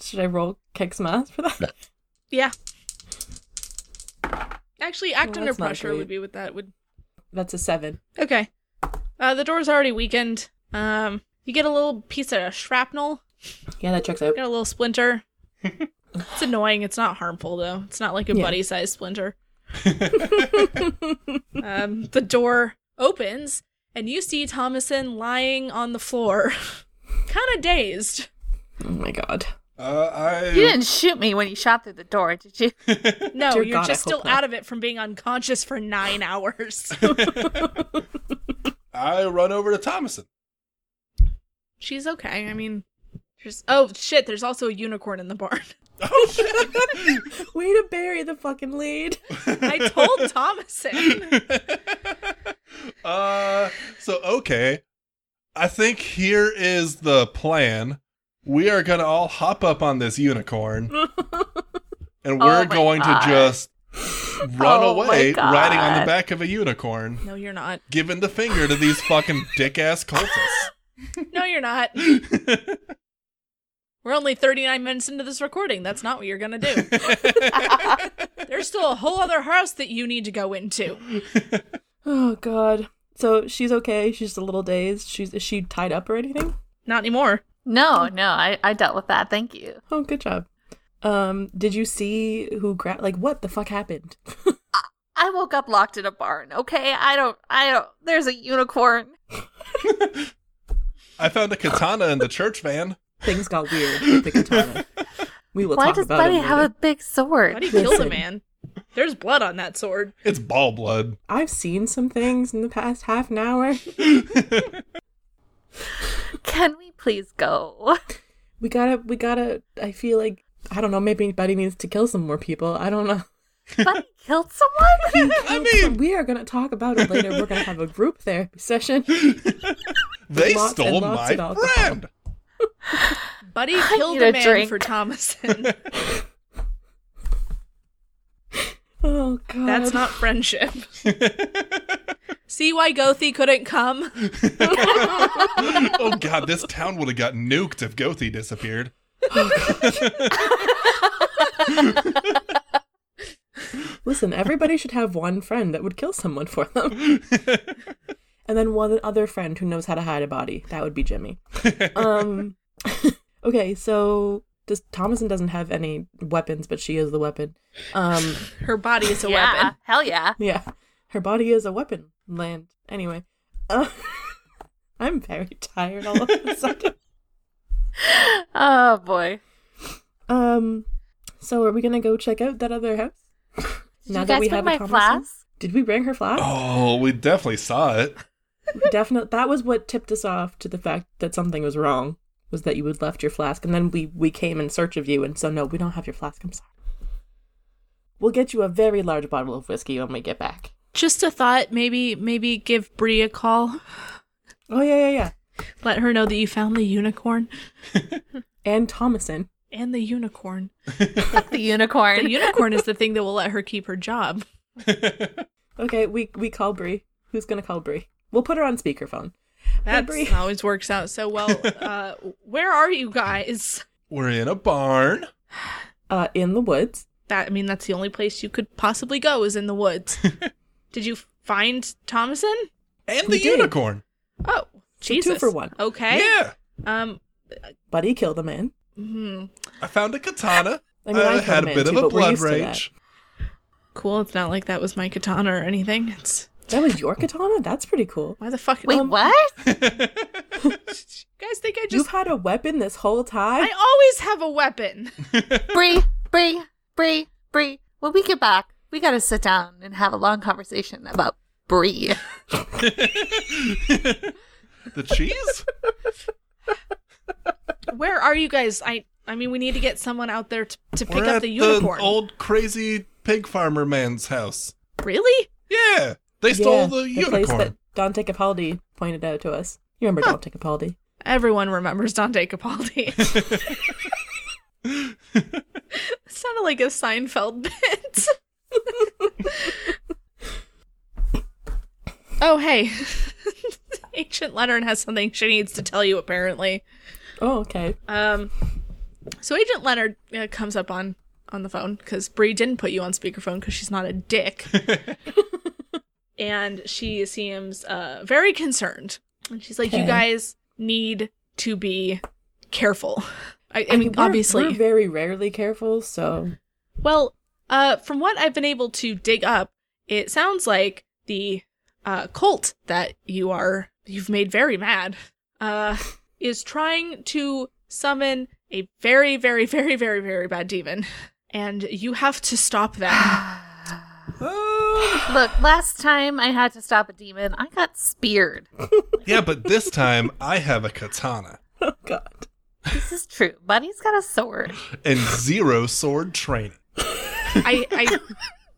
[SPEAKER 2] Should I roll kick some ass for that?
[SPEAKER 1] Yeah. Actually, act
[SPEAKER 2] Well,
[SPEAKER 1] under
[SPEAKER 2] that's not
[SPEAKER 1] pressure
[SPEAKER 2] great.
[SPEAKER 1] would be what that would.
[SPEAKER 2] That's a seven.
[SPEAKER 1] Okay. Uh, the door's already weakened. Um, you get a little piece of shrapnel.
[SPEAKER 2] Yeah, that checks out.
[SPEAKER 1] Get a little
[SPEAKER 2] [laughs]
[SPEAKER 1] splinter. it's annoying. It's not harmful though. It's not like a
[SPEAKER 2] Yeah.
[SPEAKER 1] buddy-sized
[SPEAKER 2] [laughs]
[SPEAKER 1] splinter. [laughs] um, the door opens, and you see Thomason lying on the floor, [laughs] kind of
[SPEAKER 2] [laughs]
[SPEAKER 1] dazed.
[SPEAKER 2] Oh my god.
[SPEAKER 4] Uh, I
[SPEAKER 3] You didn't shoot me when you shot through the door, did you? [laughs]
[SPEAKER 1] No,
[SPEAKER 2] Dear
[SPEAKER 1] you're
[SPEAKER 2] God, I
[SPEAKER 1] just
[SPEAKER 2] hope
[SPEAKER 1] still
[SPEAKER 2] not.
[SPEAKER 1] out of it from being unconscious for
[SPEAKER 2] [laughs]
[SPEAKER 1] nine hours.
[SPEAKER 4] I run over to Thomason.
[SPEAKER 1] She's okay. I mean, there's oh shit. There's also a unicorn in the barn. [laughs]
[SPEAKER 4] Oh shit!
[SPEAKER 2] Way to bury the fucking lead.
[SPEAKER 1] I told
[SPEAKER 2] [laughs]
[SPEAKER 1] Thomason.
[SPEAKER 4] [laughs] uh, so okay, I think here is the plan. We are gonna all hop up on
[SPEAKER 2] [laughs]
[SPEAKER 4] this unicorn, and we're
[SPEAKER 2] Oh
[SPEAKER 3] my
[SPEAKER 4] going
[SPEAKER 3] God.
[SPEAKER 4] to just run
[SPEAKER 3] Oh my
[SPEAKER 4] away, riding on the
[SPEAKER 3] God.
[SPEAKER 4] back of a unicorn,
[SPEAKER 1] No, you're
[SPEAKER 3] [laughs]
[SPEAKER 1] not.
[SPEAKER 4] giving the finger to these
[SPEAKER 2] [laughs]
[SPEAKER 4] fucking dick ass cultists.
[SPEAKER 1] No, you're
[SPEAKER 3] [laughs]
[SPEAKER 1] not. We're only 39 minutes into this recording. That's not what you're gonna
[SPEAKER 3] [laughs]
[SPEAKER 1] do. There's still a whole other house that you need to go into.
[SPEAKER 2] Oh god. So she's okay. She's a little dazed. She's is she tied up or anything?
[SPEAKER 1] Not anymore.
[SPEAKER 3] No, no, I, I dealt with that. Thank you.
[SPEAKER 2] Oh, good job. Um, did you see who grabbed? Like, what the fuck happened?
[SPEAKER 3] I woke up locked in a barn, okay? I don't, I don't, there's a unicorn.
[SPEAKER 4] I found a katana in the church van.
[SPEAKER 2] Things got weird with the katana. We will
[SPEAKER 3] Why
[SPEAKER 2] talk
[SPEAKER 3] does
[SPEAKER 2] about
[SPEAKER 3] Buddy
[SPEAKER 2] it.
[SPEAKER 3] have a
[SPEAKER 2] later.
[SPEAKER 3] big sword?
[SPEAKER 1] Buddy killed a
[SPEAKER 2] Listen.
[SPEAKER 1] man. There's blood on that sword.
[SPEAKER 4] It's
[SPEAKER 2] [laughs]
[SPEAKER 4] ball blood.
[SPEAKER 2] I've seen some things in the past half an hour.
[SPEAKER 3] Can we please go? [laughs]
[SPEAKER 2] We gotta, we gotta. I feel like I don't know. Maybe Buddy needs to kill some more people. I don't know.
[SPEAKER 3] Buddy killed someone?
[SPEAKER 4] [laughs]
[SPEAKER 2] [laughs]
[SPEAKER 4] I mean,
[SPEAKER 2] we are gonna talk about it later. We're gonna have a group therapy
[SPEAKER 4] [laughs]
[SPEAKER 2] session.
[SPEAKER 4] they
[SPEAKER 2] Lots and
[SPEAKER 4] stole
[SPEAKER 2] lots
[SPEAKER 4] my
[SPEAKER 2] of alcohol.
[SPEAKER 4] friend.
[SPEAKER 1] Buddy
[SPEAKER 3] I
[SPEAKER 1] killed
[SPEAKER 3] need
[SPEAKER 1] a
[SPEAKER 3] a
[SPEAKER 1] man
[SPEAKER 3] drink.
[SPEAKER 1] for
[SPEAKER 3] [laughs]
[SPEAKER 1] Thomason.
[SPEAKER 2] Oh god,
[SPEAKER 1] That's not
[SPEAKER 3] [laughs]
[SPEAKER 1] friendship. See why Gothi couldn't come?
[SPEAKER 4] [laughs] oh god, this town would have got nuked if Gothi disappeared.
[SPEAKER 2] Listen, everybody should have one friend that would kill someone for them.
[SPEAKER 4] [laughs]
[SPEAKER 2] and then one other friend who knows how to hide a body. That would be Jimmy. Um [laughs] Okay, so does Thomason doesn't have any weapons, but she is the weapon. Um
[SPEAKER 1] Her body is a
[SPEAKER 3] yeah,
[SPEAKER 1] weapon.
[SPEAKER 3] hell yeah.
[SPEAKER 2] yeah. Her body is a weapon. Land. Anyway. Uh, [laughs] I'm very tired all of a
[SPEAKER 3] [laughs]
[SPEAKER 2] sudden.
[SPEAKER 3] Oh boy.
[SPEAKER 2] Um so are we gonna go check out that other house?
[SPEAKER 3] Did you guys bring my flask?
[SPEAKER 2] Did we bring her flask?
[SPEAKER 4] Oh, we definitely saw it.
[SPEAKER 2] definitely that was what tipped us off to the fact that something was wrong was that you had left your flask and then we we came in search of you and so no we don't have your flask i'm sorry we'll get you a very large bottle of whiskey when we get back
[SPEAKER 1] Just a thought. Maybe, maybe give Bree a call.
[SPEAKER 2] oh yeah yeah yeah
[SPEAKER 1] Let her know that you found the unicorn.
[SPEAKER 2] and thomason
[SPEAKER 1] And the unicorn.
[SPEAKER 3] Fuck [laughs] the unicorn.
[SPEAKER 1] [laughs] The unicorn is the thing that will let her keep her [laughs] job.
[SPEAKER 2] Okay, we we call Bree. Who's gonna call Bree? We'll put her on speakerphone.
[SPEAKER 1] That
[SPEAKER 2] Bree.
[SPEAKER 1] [laughs] always works out so well. Uh, where are you guys?
[SPEAKER 4] We're in a barn.
[SPEAKER 2] Uh, in the woods.
[SPEAKER 1] That I mean, that's the only place you could possibly go is in the [laughs] woods. Did you find Thomason?
[SPEAKER 4] And
[SPEAKER 2] We
[SPEAKER 4] the
[SPEAKER 2] did.
[SPEAKER 4] unicorn.
[SPEAKER 1] Oh, Jesus.
[SPEAKER 2] for one.
[SPEAKER 1] Okay.
[SPEAKER 4] Yeah.
[SPEAKER 1] Um.
[SPEAKER 2] Buddy killed a man.
[SPEAKER 1] hmm.
[SPEAKER 4] I found a
[SPEAKER 2] [laughs]
[SPEAKER 4] katana. Uh,
[SPEAKER 2] I mean, I killed
[SPEAKER 4] had
[SPEAKER 2] a
[SPEAKER 4] a
[SPEAKER 2] man too,
[SPEAKER 4] bit of a
[SPEAKER 2] but we're
[SPEAKER 4] blood
[SPEAKER 2] used to that.
[SPEAKER 4] rage.
[SPEAKER 1] Cool. It's not like that was my katana or anything. It's
[SPEAKER 2] That was your katana. That's pretty cool.
[SPEAKER 1] why the fuck?
[SPEAKER 3] Wait,
[SPEAKER 1] Um,
[SPEAKER 3] what?
[SPEAKER 1] you guys think I
[SPEAKER 2] You've
[SPEAKER 1] just?
[SPEAKER 2] had a weapon this whole time.
[SPEAKER 1] I always have a weapon. [laughs]
[SPEAKER 3] Bree, Bree, Bree, Bree. When we get back, we gotta sit down and have a long conversation about Bree.
[SPEAKER 4] the
[SPEAKER 2] [laughs]
[SPEAKER 4] cheese?
[SPEAKER 1] Where are you guys? I. I mean, we need to get someone out there to, to pick
[SPEAKER 4] We're
[SPEAKER 1] up
[SPEAKER 4] at
[SPEAKER 1] the unicorn.
[SPEAKER 4] old crazy pig farmer man's house.
[SPEAKER 1] really?
[SPEAKER 4] Yeah. They stole the,
[SPEAKER 2] place
[SPEAKER 4] unicorn.
[SPEAKER 2] that Dante Capaldi pointed out to us. You remember Dante Capaldi?
[SPEAKER 1] Everyone remembers Dante Capaldi. [laughs] Sounded like a Seinfeld bit. [laughs] oh, hey. [laughs] Ancient Leonard has something she needs to tell you, apparently.
[SPEAKER 2] Oh, okay.
[SPEAKER 1] Um, so Agent Leonard uh, comes up on on the phone because Bree didn't put you on speakerphone because she's not a
[SPEAKER 2] [laughs]
[SPEAKER 1] dick, and she seems uh, very concerned. And she's like, "You
[SPEAKER 2] Okay.
[SPEAKER 1] guys need to be careful." I, I, mean,
[SPEAKER 2] we're-
[SPEAKER 1] obviously,
[SPEAKER 2] we're very rarely careful. So [laughs]
[SPEAKER 1] well, uh, from what I've been able to dig up, it sounds like the uh, cult that you are you've made very mad uh, is trying to summon a very, very, very, very, very bad demon, and you have to stop them.
[SPEAKER 3] Look, last time I had to stop a demon, I got speared.
[SPEAKER 4] yeah,
[SPEAKER 2] [laughs]
[SPEAKER 4] but this time I have a katana
[SPEAKER 2] oh god.
[SPEAKER 3] This is true. Buddy's got a sword.
[SPEAKER 4] and zero sword training.
[SPEAKER 1] I, I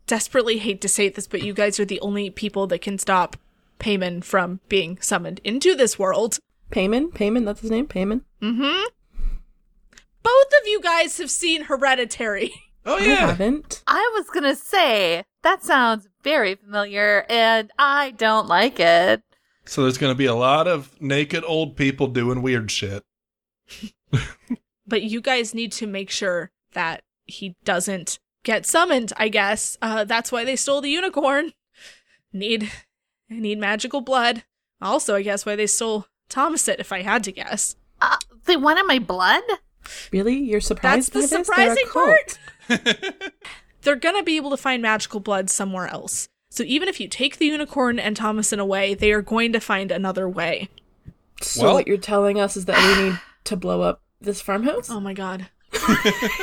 [SPEAKER 1] desperately hate to say this, but you guys are the only people that can stop Payman from being summoned into this world.
[SPEAKER 2] Payman, Payman. That's his name. Payman.
[SPEAKER 1] Mm-hmm. Both of you guys have seen Hereditary. [laughs]
[SPEAKER 4] Oh,
[SPEAKER 2] I
[SPEAKER 4] yeah.
[SPEAKER 2] haven't.
[SPEAKER 3] I was gonna say that sounds very familiar, and I don't like it.
[SPEAKER 4] So there's going to be a lot of naked old people doing weird shit.
[SPEAKER 1] but you guys need to make sure that he doesn't get summoned i guess uh, that's why they stole the unicorn [laughs] need I need magical blood also i guess why they stole thomason if i had to guess
[SPEAKER 3] Uh, they wanted my blood.
[SPEAKER 2] Really, you're
[SPEAKER 1] that's
[SPEAKER 2] surprised? by
[SPEAKER 1] the
[SPEAKER 2] this? They're a
[SPEAKER 1] surprising
[SPEAKER 2] cult.
[SPEAKER 1] part they're gonna be able to find magical blood somewhere else so even if you take the unicorn and thomason away they are going to find another way
[SPEAKER 2] So
[SPEAKER 4] Well-
[SPEAKER 2] what you're telling us is that
[SPEAKER 1] [sighs]
[SPEAKER 2] we need to blow up this farmhouse?
[SPEAKER 1] oh my god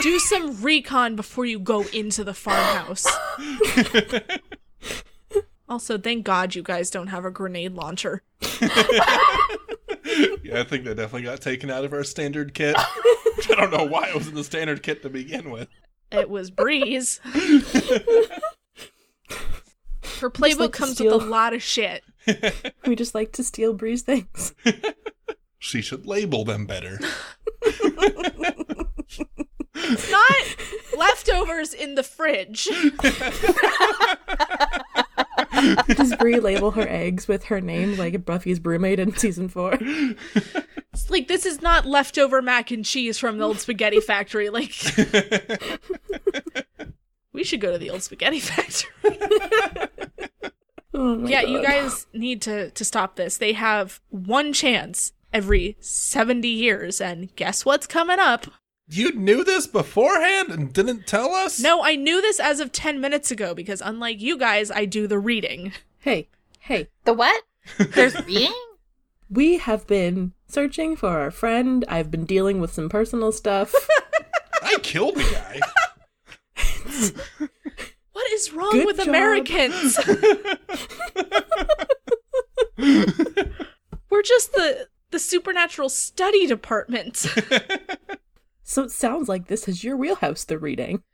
[SPEAKER 1] do some recon before you go into the
[SPEAKER 2] [laughs]
[SPEAKER 1] farmhouse also thank god you guys don't have a grenade launcher
[SPEAKER 4] Yeah, I think they definitely got taken out of our standard kit. [laughs] I don't know why it was in the standard kit to begin with.
[SPEAKER 1] It was Breeze. Her playbook
[SPEAKER 2] like to
[SPEAKER 1] comes
[SPEAKER 2] steal-
[SPEAKER 1] with a lot of shit.
[SPEAKER 2] We just like to steal Bree's things. [laughs]
[SPEAKER 4] She should label them better.
[SPEAKER 1] Not leftovers in the fridge.
[SPEAKER 2] Does Bree label her eggs with her name like Buffy's roommate in season four? [laughs]
[SPEAKER 1] It's like this is not leftover mac and cheese from the old spaghetti factory.
[SPEAKER 2] [laughs]
[SPEAKER 1] Like we should go to the old spaghetti factory.
[SPEAKER 2] Oh my
[SPEAKER 1] yeah, you
[SPEAKER 2] God.
[SPEAKER 1] guys need to to stop this. They have one chance every 70 years and guess what's coming up?
[SPEAKER 4] You knew this beforehand and didn't tell us?
[SPEAKER 1] No, I knew this as of 10 minutes ago because unlike you guys, I do the reading.
[SPEAKER 2] Hey, hey.
[SPEAKER 3] The what? There's being.
[SPEAKER 2] We have been searching for our friend. I've been dealing with some personal
[SPEAKER 1] [laughs]
[SPEAKER 2] stuff.
[SPEAKER 4] I killed the guy.
[SPEAKER 1] What is wrong
[SPEAKER 2] Good
[SPEAKER 1] with
[SPEAKER 2] job. [laughs]
[SPEAKER 1] Americans? We're just the the supernatural study department. [laughs]
[SPEAKER 2] so it sounds like this is your wheelhouse, the reading.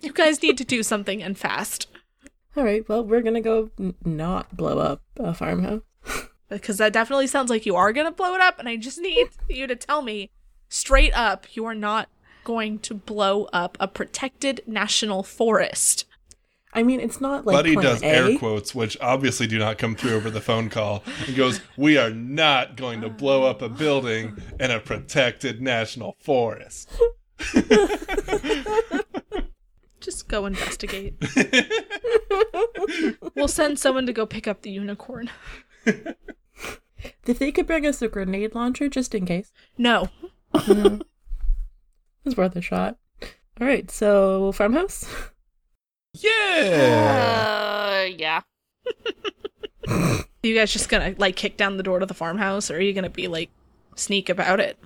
[SPEAKER 1] you guys need to do something and fast
[SPEAKER 2] All right, well, we're going to go n- not blow up a farmhouse.
[SPEAKER 1] because that definitely [laughs] sounds like you are going to blow it up and I just need you to tell me straight up you are not going to blow up a protected national forest.
[SPEAKER 2] I mean, it's not [laughs] like
[SPEAKER 4] Buddy
[SPEAKER 2] plan
[SPEAKER 4] does
[SPEAKER 2] A.
[SPEAKER 4] air quotes, which obviously do not come through over the phone call, and goes, We are not going to blow up a building in a protected national
[SPEAKER 2] [laughs]
[SPEAKER 4] forest.
[SPEAKER 1] Just go investigate. we'll send someone to go pick up the unicorn.
[SPEAKER 2] If they could bring us a grenade launcher just in case,
[SPEAKER 1] No.
[SPEAKER 2] it's worth a shot. All right, so farmhouse. [laughs]
[SPEAKER 4] Yeah.
[SPEAKER 3] Uh, yeah.
[SPEAKER 1] you guys just gonna like kick down the door to the farmhouse or are you gonna be like sneak about it?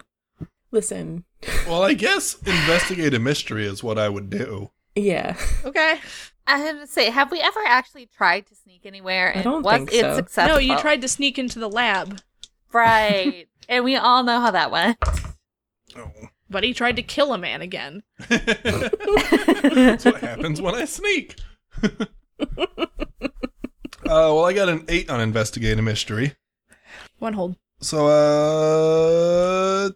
[SPEAKER 2] Listen,
[SPEAKER 4] Well, I guess investigate a mystery is what I would do.
[SPEAKER 2] yeah,
[SPEAKER 1] Okay.
[SPEAKER 3] I have to say, have we ever actually tried to sneak anywhere? And
[SPEAKER 2] don't
[SPEAKER 3] was
[SPEAKER 2] think
[SPEAKER 3] it
[SPEAKER 2] so.
[SPEAKER 3] successful?
[SPEAKER 1] no, you tried to [laughs] sneak into the lab.
[SPEAKER 3] Right. and we all know how that went.
[SPEAKER 1] Buddy tried to kill a man again.
[SPEAKER 4] That's what happens when I sneak. [laughs] uh, well, I got an eight on investigate a mystery.
[SPEAKER 1] One hold.
[SPEAKER 4] So, uh.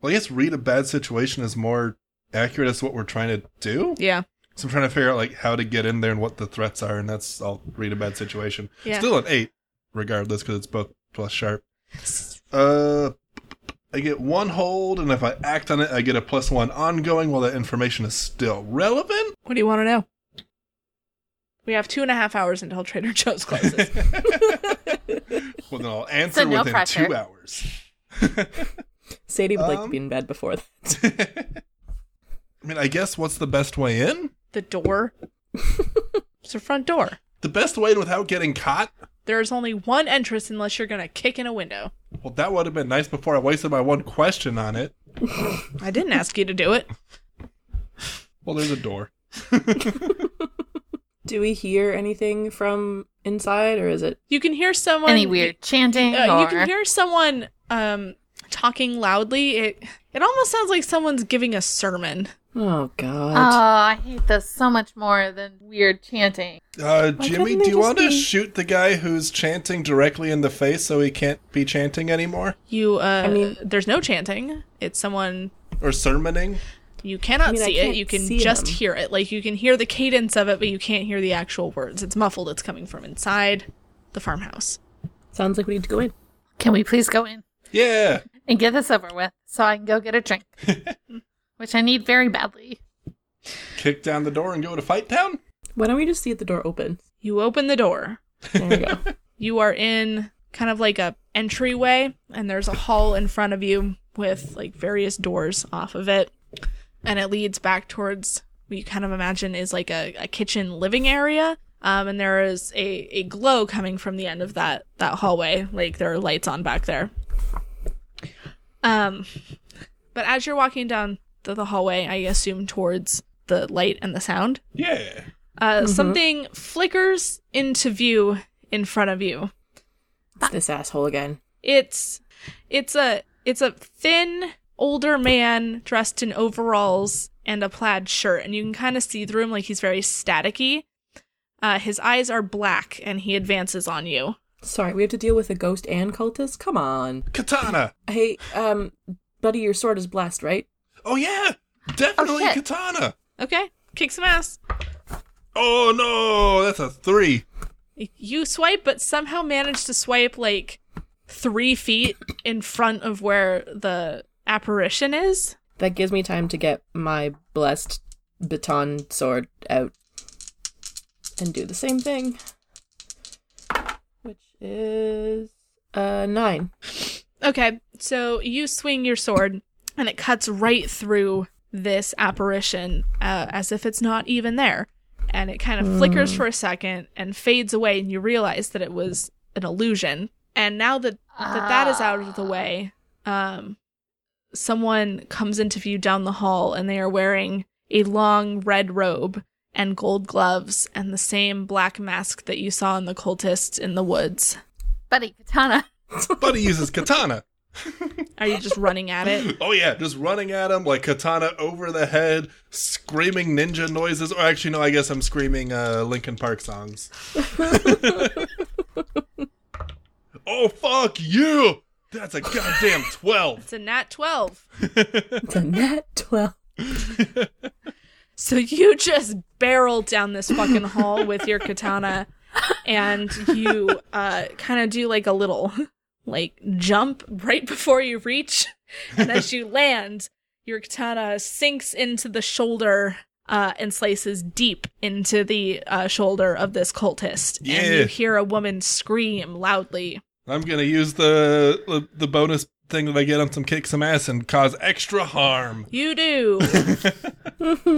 [SPEAKER 4] Well, I guess read a bad situation is more accurate as to what we're trying to do.
[SPEAKER 1] Yeah.
[SPEAKER 4] So I'm trying to figure out like how to get in there and what the threats are, and that's all read a bad situation.
[SPEAKER 1] Yeah.
[SPEAKER 4] Still an eight, regardless, because it's both
[SPEAKER 3] [laughs]
[SPEAKER 4] plus sharp. Uh, I get one hold, and if I act on it, I get a plus one ongoing while that information is still relevant.
[SPEAKER 1] What do you want to know? We have two and a half hours until Trader [laughs] Joe's closes.
[SPEAKER 4] Well,
[SPEAKER 3] [laughs]
[SPEAKER 4] then I'll answer
[SPEAKER 3] no
[SPEAKER 4] within
[SPEAKER 3] pressure.
[SPEAKER 4] two hours.
[SPEAKER 2] Sadie would like to
[SPEAKER 4] Um,
[SPEAKER 2] be in bed before that.
[SPEAKER 4] I mean, I guess what's the best way in?
[SPEAKER 1] the door. it's the front door.
[SPEAKER 4] The best way in without getting caught?
[SPEAKER 1] There is only one entrance unless you're gonna kick in a window.
[SPEAKER 4] Well, that would have been nice before I wasted my one question on it.
[SPEAKER 1] I didn't ask you to do it.
[SPEAKER 4] Well, there's a door.
[SPEAKER 2] Do we hear anything from inside, or is it?
[SPEAKER 1] You can hear someone.
[SPEAKER 3] Any weird chanting
[SPEAKER 1] Uh,
[SPEAKER 3] or
[SPEAKER 1] You can hear someone um, talking loudly. It it almost sounds like someone's giving a sermon.
[SPEAKER 2] Oh God.
[SPEAKER 3] Oh, I hate this so much more than weird chanting.
[SPEAKER 4] Uh,
[SPEAKER 2] Why
[SPEAKER 4] Jimmy,
[SPEAKER 2] couldn't they
[SPEAKER 4] do you
[SPEAKER 2] just
[SPEAKER 4] want to
[SPEAKER 2] be-
[SPEAKER 4] shoot the guy who's chanting directly in the face so he can't be chanting anymore?
[SPEAKER 1] You, uh,
[SPEAKER 2] I mean-
[SPEAKER 1] there's no chanting. It's someone
[SPEAKER 4] Or sermoning?
[SPEAKER 1] you cannot
[SPEAKER 2] I mean, I
[SPEAKER 1] see it.
[SPEAKER 2] can't
[SPEAKER 1] You can
[SPEAKER 2] see
[SPEAKER 1] just
[SPEAKER 2] them.
[SPEAKER 1] hear it. Like you can hear the cadence of it, but you can't hear the actual words. It's muffled. It's coming from inside the farmhouse.
[SPEAKER 2] Sounds like we need to go in.
[SPEAKER 3] Can we please go in
[SPEAKER 4] Yeah.
[SPEAKER 3] and get this over with so I can go get a drink? Which I need very badly.
[SPEAKER 4] Kick down the door and go to Fight Town?
[SPEAKER 2] Why don't we just see the door open?
[SPEAKER 1] You open the door.
[SPEAKER 2] There we go.
[SPEAKER 1] You are in kind of like a entryway, and there's a hall in front of you with like various doors off of it, and it leads back towards what you kind of imagine is like a, a kitchen living area. Um, and there is a, a glow coming from the end of that that hallway. Like there are lights on back there. Um, but as you're walking down the, the hallway, I assume towards the light and the sound,
[SPEAKER 4] Yeah.
[SPEAKER 1] uh, something flickers into view in front of you.
[SPEAKER 2] It's this asshole again.
[SPEAKER 1] It's it's a it's a thin older man dressed in overalls and a plaid shirt, and you can kind of see through him like he's very staticky. Uh, his eyes are black, and he advances on you.
[SPEAKER 2] Sorry, we have to deal with a ghost and cultist. Come on.
[SPEAKER 4] Katana.
[SPEAKER 2] Hey, um, buddy, your sword is blessed, right?
[SPEAKER 4] Oh, yeah. Definitely
[SPEAKER 2] Oh,
[SPEAKER 3] shit.
[SPEAKER 4] Katana.
[SPEAKER 1] Okay, kick some ass.
[SPEAKER 4] Oh, no. That's a three.
[SPEAKER 1] You swipe, but somehow manage to swipe like three feet in front of where the apparition is.
[SPEAKER 2] That gives me time to get my blessed baton sword out and do the same thing, which is uh nine.
[SPEAKER 1] Okay, so you swing your sword, and it cuts right through this apparition uh, as if it's not even there. And it kind of flickers for a second and fades away, and you realize that it was an illusion. And now that, that that is out of the way, um, someone comes into view down the hall, and they are wearing a long red robe and gold gloves and the same black mask that you saw in the cultists in the woods.
[SPEAKER 3] Buddy Katana.
[SPEAKER 4] Buddy uses Katana.
[SPEAKER 1] Are you just running at it?
[SPEAKER 4] [laughs] Oh, yeah. Just running at him like Katana over the head, screaming ninja noises. Or actually, no, I guess I'm screaming uh, Linkin Park [laughs] songs. oh, fuck you. That's a goddamn 12.
[SPEAKER 1] It's a nat 12.
[SPEAKER 2] It's a nat 12.
[SPEAKER 1] So you [laughs] just barrel down this fucking hall with your katana and you uh, kind of do like a little like jump right before you reach. And as you land, your katana sinks into the shoulder uh, and slices deep into the uh, shoulder of this cultist. And
[SPEAKER 4] Yeah.
[SPEAKER 1] you hear a woman scream loudly.
[SPEAKER 4] I'm gonna use the the- the bonus thing that I get on some kick some ass and cause extra harm.
[SPEAKER 1] You do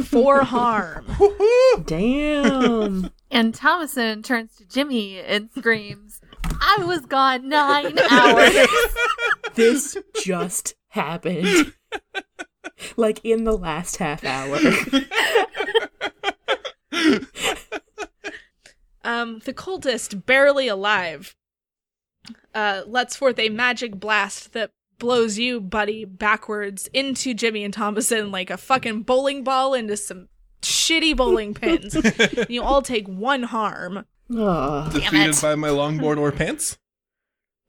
[SPEAKER 1] for harm.
[SPEAKER 4] Woohoo!
[SPEAKER 2] Damn.
[SPEAKER 3] And Thomason turns to Jimmy and screams, I was gone nine hours.
[SPEAKER 2] this just happened. Like in the last half hour.
[SPEAKER 1] Um, the cultist, barely alive, uh, lets forth a magic blast that blows you, buddy, backwards into Jimmy and Thomason like a fucking bowling ball into some shitty bowling
[SPEAKER 2] [laughs]
[SPEAKER 1] pins. And you all take one harm.
[SPEAKER 2] Oh,
[SPEAKER 4] Defeated
[SPEAKER 3] it.
[SPEAKER 4] by my longboard or pants.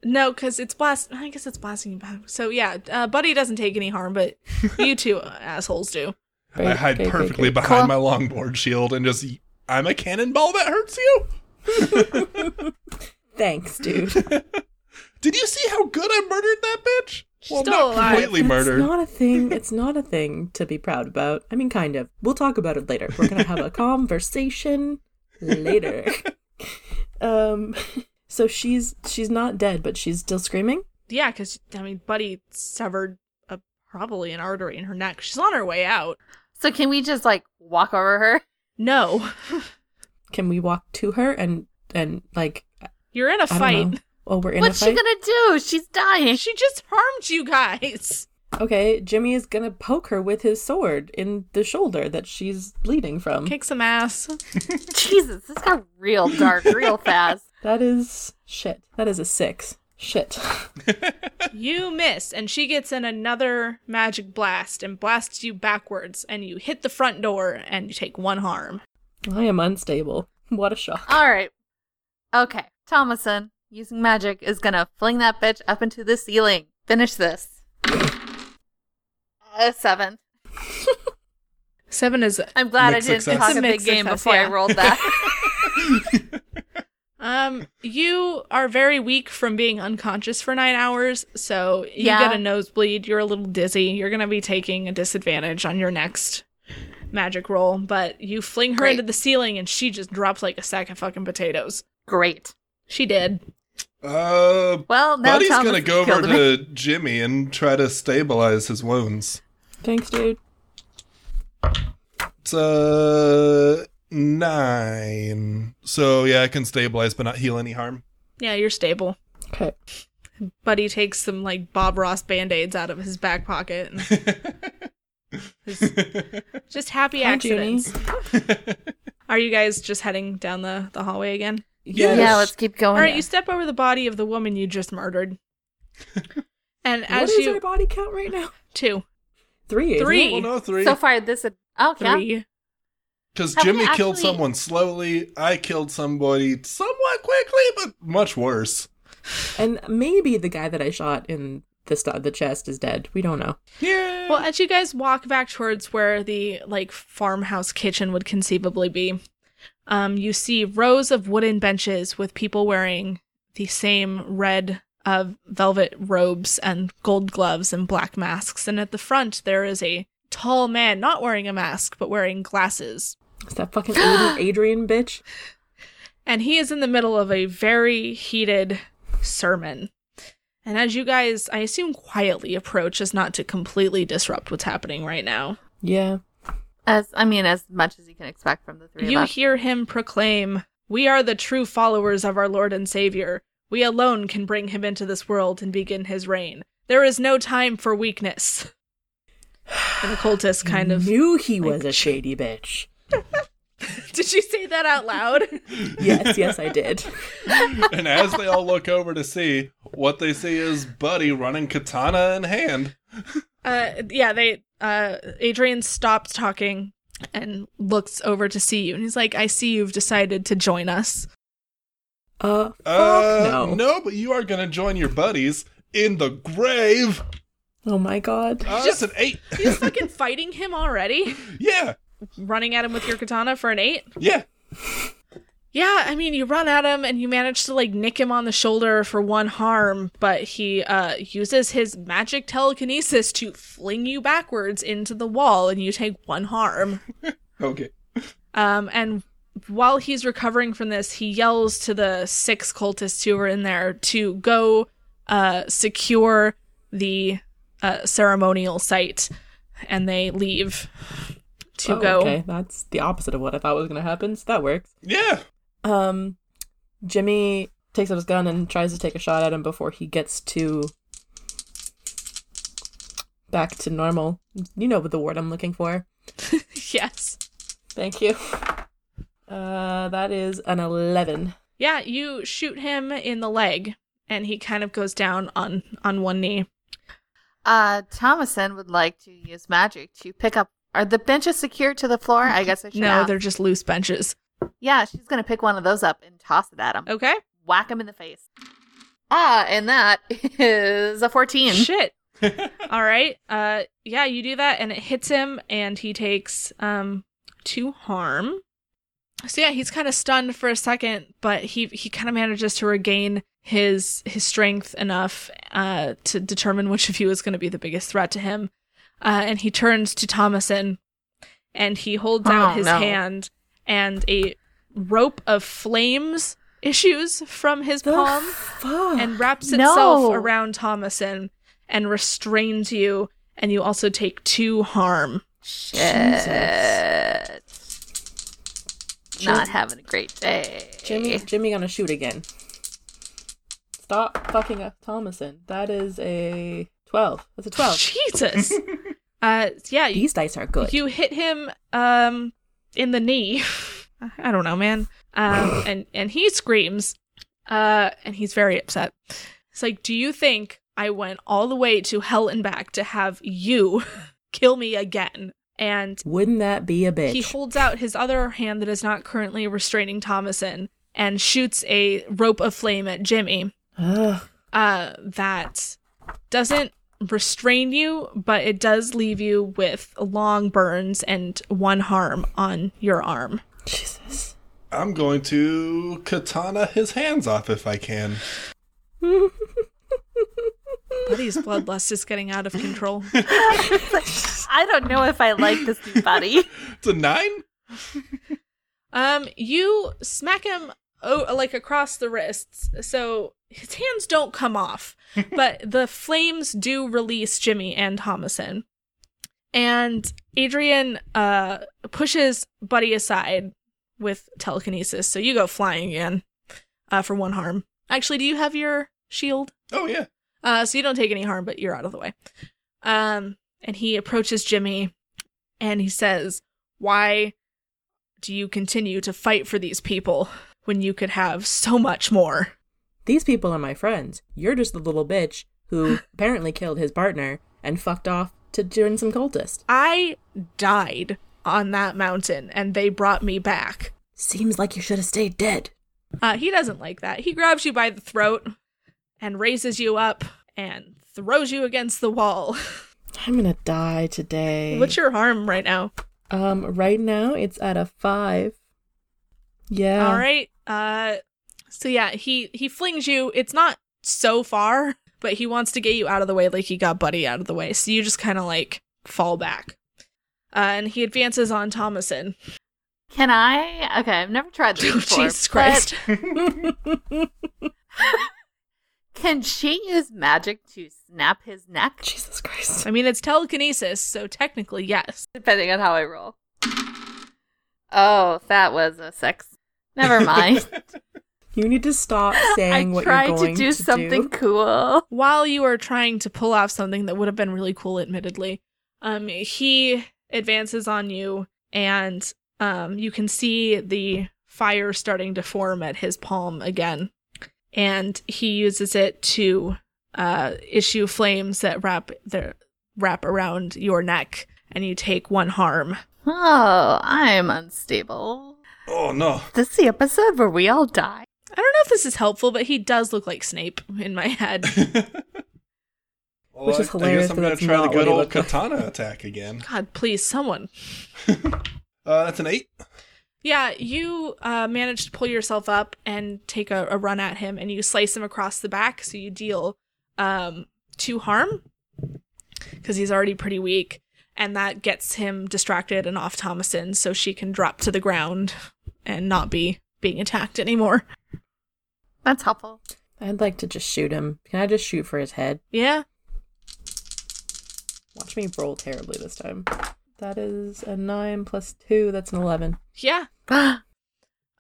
[SPEAKER 1] No, because it's blast. I guess it's blasting you back. So yeah, uh, Buddy doesn't take any harm,
[SPEAKER 2] [laughs]
[SPEAKER 1] but you two assholes do.
[SPEAKER 4] I
[SPEAKER 2] Great,
[SPEAKER 4] hide
[SPEAKER 2] great,
[SPEAKER 4] perfectly
[SPEAKER 2] great, great.
[SPEAKER 4] behind my longboard shield and just I'm a cannonball that hurts you.
[SPEAKER 2] Thanks, dude.
[SPEAKER 4] Did you see how good I murdered that bitch? well,
[SPEAKER 1] still
[SPEAKER 4] not
[SPEAKER 1] alive.
[SPEAKER 4] [laughs] completely murdered.
[SPEAKER 2] It's not a thing. It's not a thing to be proud about. I mean, kind of. We'll talk about it later. We're gonna have a conversation later. [laughs] Um, so she's she's not dead, but she's still screaming.
[SPEAKER 1] Yeah, because I mean, Buddy severed a, probably an artery in her neck. She's on her way out.
[SPEAKER 3] so can we just like walk over her?
[SPEAKER 1] No,
[SPEAKER 2] Can we walk to her and and like
[SPEAKER 1] you're in a
[SPEAKER 2] I
[SPEAKER 1] fight.
[SPEAKER 2] don't know. Well, we're in
[SPEAKER 3] What's
[SPEAKER 2] a
[SPEAKER 3] she
[SPEAKER 2] fight.
[SPEAKER 3] gonna do? She's dying.
[SPEAKER 1] She just harmed you guys.
[SPEAKER 2] Okay, Jimmy is gonna poke her with his sword in the shoulder that she's bleeding from.
[SPEAKER 1] Kick some ass.
[SPEAKER 3] Jesus, this got real dark real fast.
[SPEAKER 2] That is shit. That is a six. Shit. [laughs]
[SPEAKER 1] You miss, and she gets in another magic blast and blasts you backwards, and you hit the front door and you take one harm.
[SPEAKER 2] I am unstable. What a shock.
[SPEAKER 3] All right. Okay. Thomason, using magic, is gonna fling that bitch up into the ceiling. Finish this. A seven.
[SPEAKER 1] Seven is.
[SPEAKER 3] I'm glad
[SPEAKER 4] Mixed
[SPEAKER 3] I didn't
[SPEAKER 4] success.
[SPEAKER 3] talk
[SPEAKER 1] It's
[SPEAKER 3] a
[SPEAKER 1] a
[SPEAKER 3] big
[SPEAKER 1] mixed
[SPEAKER 3] game
[SPEAKER 1] success,
[SPEAKER 3] before I
[SPEAKER 1] yeah.
[SPEAKER 3] rolled that.
[SPEAKER 1] [laughs] Um, you are very weak from being unconscious for nine hours, so you
[SPEAKER 3] Yeah.
[SPEAKER 1] get a nosebleed. You're a little dizzy. You're gonna be taking a disadvantage on your next magic roll, but you fling her
[SPEAKER 3] Great.
[SPEAKER 1] into the ceiling, and she just drops like a sack of fucking potatoes.
[SPEAKER 3] Great.
[SPEAKER 1] She did.
[SPEAKER 4] Uh,
[SPEAKER 3] Well, now
[SPEAKER 4] Buddy's
[SPEAKER 3] Thomas
[SPEAKER 4] gonna go over
[SPEAKER 3] killed him.
[SPEAKER 4] to Jimmy and try to stabilize his wounds.
[SPEAKER 2] Thanks, dude.
[SPEAKER 4] It's uh nine. So yeah, I can stabilize but not heal any harm. [laughs]
[SPEAKER 1] Yeah, you're stable.
[SPEAKER 2] Okay.
[SPEAKER 1] Buddy takes some like Bob Ross band aids out of his back pocket.
[SPEAKER 2] [laughs]
[SPEAKER 1] And Just- just happy
[SPEAKER 2] Hi, Junie.
[SPEAKER 1] accidents. Are you guys just heading down the, the hallway again?
[SPEAKER 4] Yes.
[SPEAKER 3] Oh, Yeah, let's keep going.
[SPEAKER 1] All right, you step over the body of the woman you just
[SPEAKER 2] [laughs]
[SPEAKER 1] murdered. And
[SPEAKER 2] What
[SPEAKER 1] as
[SPEAKER 2] is
[SPEAKER 1] you
[SPEAKER 2] our body count right now?
[SPEAKER 1] two,
[SPEAKER 2] Three. isn't
[SPEAKER 1] Three.
[SPEAKER 2] it?
[SPEAKER 4] Well, no, three.
[SPEAKER 3] so far, this is. Oh, yeah.
[SPEAKER 1] three,
[SPEAKER 4] Because
[SPEAKER 3] Have we
[SPEAKER 4] Jimmy killed
[SPEAKER 3] actually-
[SPEAKER 4] someone slowly. I killed somebody somewhat quickly, but much worse.
[SPEAKER 2] And maybe the guy that I shot in the st- the chest is dead. We don't know.
[SPEAKER 4] Yeah.
[SPEAKER 1] Well, as you guys walk back towards where the like farmhouse kitchen would conceivably be, um, you see rows of wooden benches with people wearing the same red uh, velvet robes and gold gloves and black masks. And at the front, there is a tall man not wearing a mask but wearing glasses,
[SPEAKER 2] Is that fucking
[SPEAKER 1] [gasps]
[SPEAKER 2] Adrian, Adrian bitch?
[SPEAKER 1] and he is in the middle of a very heated sermon. And as you guys, I assume, quietly approach, as not to completely disrupt what's happening right now.
[SPEAKER 2] Yeah.
[SPEAKER 3] As I mean, as much as you can expect from the three
[SPEAKER 1] You
[SPEAKER 3] of us.
[SPEAKER 1] hear him proclaim, We are the true followers of our Lord and Savior. We alone can bring him into this world and begin his reign. There is no time for weakness. [sighs] And the cultist kind
[SPEAKER 2] [laughs]
[SPEAKER 1] of.
[SPEAKER 2] Knew he was a shady bitch.
[SPEAKER 1] Did you say that out loud?
[SPEAKER 2] Yes, yes,
[SPEAKER 1] [laughs]
[SPEAKER 2] I did.
[SPEAKER 4] [laughs] and as they all look over to see, what they see is Buddy running katana in hand.
[SPEAKER 1] Uh, yeah, they. Uh, Adrian stops talking and looks over to see you. And he's like, I see you've decided to join us.
[SPEAKER 2] Uh, fuck
[SPEAKER 4] Uh,
[SPEAKER 2] no.
[SPEAKER 4] but you are going to join your buddies in the grave.
[SPEAKER 2] Oh my god.
[SPEAKER 4] Uh, that's an
[SPEAKER 2] [laughs]
[SPEAKER 4] eight.
[SPEAKER 1] You're fucking fighting him already?
[SPEAKER 4] [laughs] yeah,
[SPEAKER 1] Running at him with your katana for an eight?
[SPEAKER 4] yeah.
[SPEAKER 1] Yeah, I mean, you run at him and you manage to like nick him on the shoulder for one harm, but he uh, uses his magic telekinesis to fling you backwards into the wall and you take one harm.
[SPEAKER 4] Okay.
[SPEAKER 1] Um, and while he's recovering from this, he yells to the six cultists who are in there to go uh, secure the uh, ceremonial site, and they leave to
[SPEAKER 2] Oh,
[SPEAKER 1] go.
[SPEAKER 2] Okay, that's the opposite of what I thought was going to happen. So that works.
[SPEAKER 4] Yeah.
[SPEAKER 2] Um, Jimmy takes out his gun and tries to take a shot at him before he gets to back to normal. You know the word I'm looking for.
[SPEAKER 1] [laughs] Yes.
[SPEAKER 2] Thank you. Uh, that is an eleven.
[SPEAKER 1] Yeah, you shoot him in the leg, and he kind of goes down on on one knee.
[SPEAKER 3] Uh, Thomason would like to use magic to pick up. Are the benches secured to the floor? I guess I should.
[SPEAKER 1] No,
[SPEAKER 3] ask.
[SPEAKER 1] they're just loose benches.
[SPEAKER 3] Yeah, she's gonna pick one of those up and toss it at him.
[SPEAKER 1] Okay.
[SPEAKER 3] Whack him in the face. Ah, and that [laughs] is a fourteen.
[SPEAKER 1] Shit. All right. Uh, yeah, you do that, and it hits him, and he takes um two harm. So yeah, he's kind of stunned for a second, but he he kind of manages to regain his his strength enough uh to determine which of you is going to be the biggest threat to him. Uh, and he turns to Thomason, and he holds
[SPEAKER 3] Oh,
[SPEAKER 1] out his
[SPEAKER 3] no.
[SPEAKER 1] hand, and a rope of flames issues from his palm
[SPEAKER 2] fuck.
[SPEAKER 1] and wraps itself
[SPEAKER 3] No.
[SPEAKER 1] around Thomason and restrains you, and you also take two harm.
[SPEAKER 3] Shit. Not
[SPEAKER 2] Jim-
[SPEAKER 3] having a great day. [laughs]
[SPEAKER 2] Jimmy,
[SPEAKER 1] [laughs]
[SPEAKER 2] Jimmy gonna shoot again. Stop fucking up Thomason. That is a twelve. That's a twelve. [laughs]
[SPEAKER 1] Jesus. uh, yeah, you,
[SPEAKER 2] These dice are good.
[SPEAKER 1] you hit him um in the knee. [laughs] I don't know, man.
[SPEAKER 2] [sighs]
[SPEAKER 1] Um, and and he screams, uh, and he's very upset. It's like, do you think I went all the way to hell and back to have you [laughs] kill me again? And
[SPEAKER 2] Wouldn't that be a bitch?
[SPEAKER 1] He holds out his other hand that is not currently restraining Thomason and shoots a rope of flame at Jimmy
[SPEAKER 2] Ugh.
[SPEAKER 1] uh, that doesn't restrain you, but it does leave you with long burns and one harm on your arm.
[SPEAKER 2] Jesus. [laughs]
[SPEAKER 4] I'm going to katana his hands off if I can.
[SPEAKER 1] Buddy's bloodlust is getting out of control.
[SPEAKER 3] I don't know if I like this new buddy.
[SPEAKER 4] It's a nine?
[SPEAKER 1] Um, you smack him oh, like across the wrists, so his hands don't come off, but the flames do release Jimmy and Thomason. And Adrian uh pushes Buddy aside with telekinesis, so you go flying again uh, for one harm. Actually, do you have your shield?
[SPEAKER 4] Oh, yeah.
[SPEAKER 1] Uh, so you don't take any harm, but you're out of the way. Um, and he approaches Jimmy and he says, Why do you continue to fight for these people when you could have so much more?
[SPEAKER 2] These people are my friends. You're just the little bitch who apparently killed his partner and fucked off to join some cultist.
[SPEAKER 1] I died on that mountain and they brought me back.
[SPEAKER 2] Seems like you should have stayed dead.
[SPEAKER 1] Uh, he doesn't like that. He grabs you by the throat and raises you up and throws you against the wall.
[SPEAKER 2] I'm gonna die today.
[SPEAKER 1] What's your harm right now?
[SPEAKER 2] um? Right now, it's at a five. Yeah.
[SPEAKER 1] All right. Uh so yeah, he he flings you. It's not so far, but he wants to get you out of the way like he got Buddy out of the way. So you just kind of like fall back. Uh, and he advances on Thomason. [laughs]
[SPEAKER 3] Can I? Okay, I've never tried this
[SPEAKER 1] Oh,
[SPEAKER 3] before.
[SPEAKER 1] Jesus
[SPEAKER 3] but
[SPEAKER 1] Christ.
[SPEAKER 3] Can she use magic to snap his neck?
[SPEAKER 2] Jesus Christ.
[SPEAKER 1] I mean, it's telekinesis, so technically, yes.
[SPEAKER 3] Depending on how I roll. Oh, that was a six.
[SPEAKER 1] [laughs]
[SPEAKER 3] Never mind.
[SPEAKER 2] You need to stop saying
[SPEAKER 3] I
[SPEAKER 2] what you're
[SPEAKER 3] tried to
[SPEAKER 2] going
[SPEAKER 3] do something cool.
[SPEAKER 1] While you are trying to pull off something that would have been really cool, admittedly, um, he advances on you, and um, you can see the fire starting to form at his palm again. and he uses it to uh, issue flames that wrap their wrap around your neck, and you take one harm.
[SPEAKER 3] Oh, I'm unstable.
[SPEAKER 4] [laughs] Oh, no.
[SPEAKER 3] This is the episode where we all die.
[SPEAKER 1] I don't know if this is helpful, but he does look like Snape in my [laughs] head.
[SPEAKER 2] Which is hilarious
[SPEAKER 4] I- I guess I'm
[SPEAKER 2] 'cause
[SPEAKER 4] gonna
[SPEAKER 2] that's
[SPEAKER 4] try the
[SPEAKER 2] not what
[SPEAKER 4] good
[SPEAKER 2] he
[SPEAKER 4] old
[SPEAKER 2] looked like.
[SPEAKER 4] katana attack again.
[SPEAKER 1] God, please, someone.
[SPEAKER 4] Uh, that's an eight.
[SPEAKER 1] Yeah, you uh, manage to pull yourself up and take a, a run at him, and you slice him across the back, so you deal um, two harm because he's already pretty weak, and that gets him distracted and off Thomason, so she can drop to the ground and not be being attacked anymore.
[SPEAKER 3] That's [gasps] helpful.
[SPEAKER 2] I'd like to just shoot him. Can I just shoot for his head?
[SPEAKER 1] Yeah,
[SPEAKER 2] Watch me roll terribly this time. That is a nine plus two. That's an eleven.
[SPEAKER 1] yeah.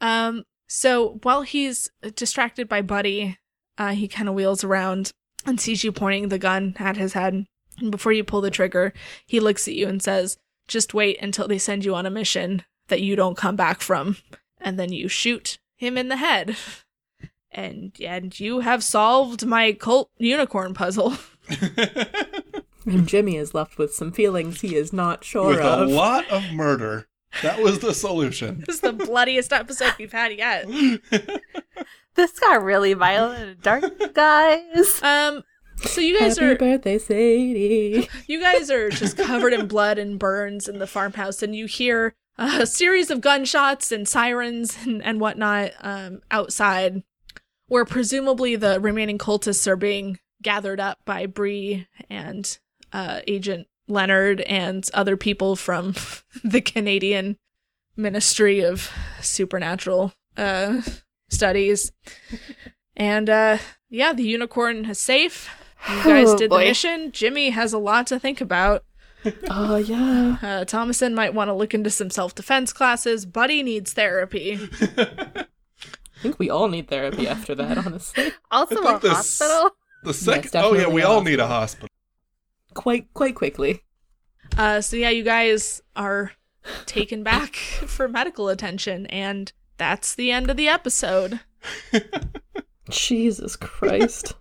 [SPEAKER 1] Um, so while he's distracted by Buddy, uh, he kind of wheels around and sees you pointing the gun at his head. And before you pull the trigger, he looks at you and says, Just wait until they send you on a mission that you don't come back from. And then you shoot him in the head. And and you have solved my cult unicorn puzzle. [laughs]
[SPEAKER 4] [laughs]
[SPEAKER 2] And Jimmy is left with some feelings he is not sure
[SPEAKER 4] With a
[SPEAKER 2] of.
[SPEAKER 4] lot of murder. That was the solution. [laughs]
[SPEAKER 1] this is the bloodiest episode we've had yet.
[SPEAKER 3] This got really violent and [laughs] dark, guys.
[SPEAKER 1] Um so you guys
[SPEAKER 2] Happy
[SPEAKER 1] are
[SPEAKER 2] birthday, Sadie.
[SPEAKER 1] You guys are just covered in blood and burns in the farmhouse, and you hear a series of gunshots and sirens and, and whatnot um, outside, where presumably the remaining cultists are being gathered up by Bree and uh, Agent Leonard and other people from [laughs] the Canadian Ministry of Supernatural uh, Studies. And uh, yeah, the unicorn is safe. You guys
[SPEAKER 3] Oh,
[SPEAKER 1] did the
[SPEAKER 3] boy.
[SPEAKER 1] mission. Jimmy has a lot to think about.
[SPEAKER 2] [laughs] oh yeah.
[SPEAKER 1] Uh, Thomason might want to look into some self defense classes. Buddy needs therapy.
[SPEAKER 2] I think we all need therapy after that, honestly.
[SPEAKER 3] Also, a
[SPEAKER 4] I think this-
[SPEAKER 3] hospital.
[SPEAKER 4] The second. oh
[SPEAKER 2] definitely
[SPEAKER 4] yeah, we
[SPEAKER 2] a
[SPEAKER 4] all need a hospital.
[SPEAKER 2] Quite quite quickly.
[SPEAKER 1] Uh, so, yeah, you guys are taken back [laughs] for medical attention, and that's the end of the episode.
[SPEAKER 2] Jesus [laughs] Christ.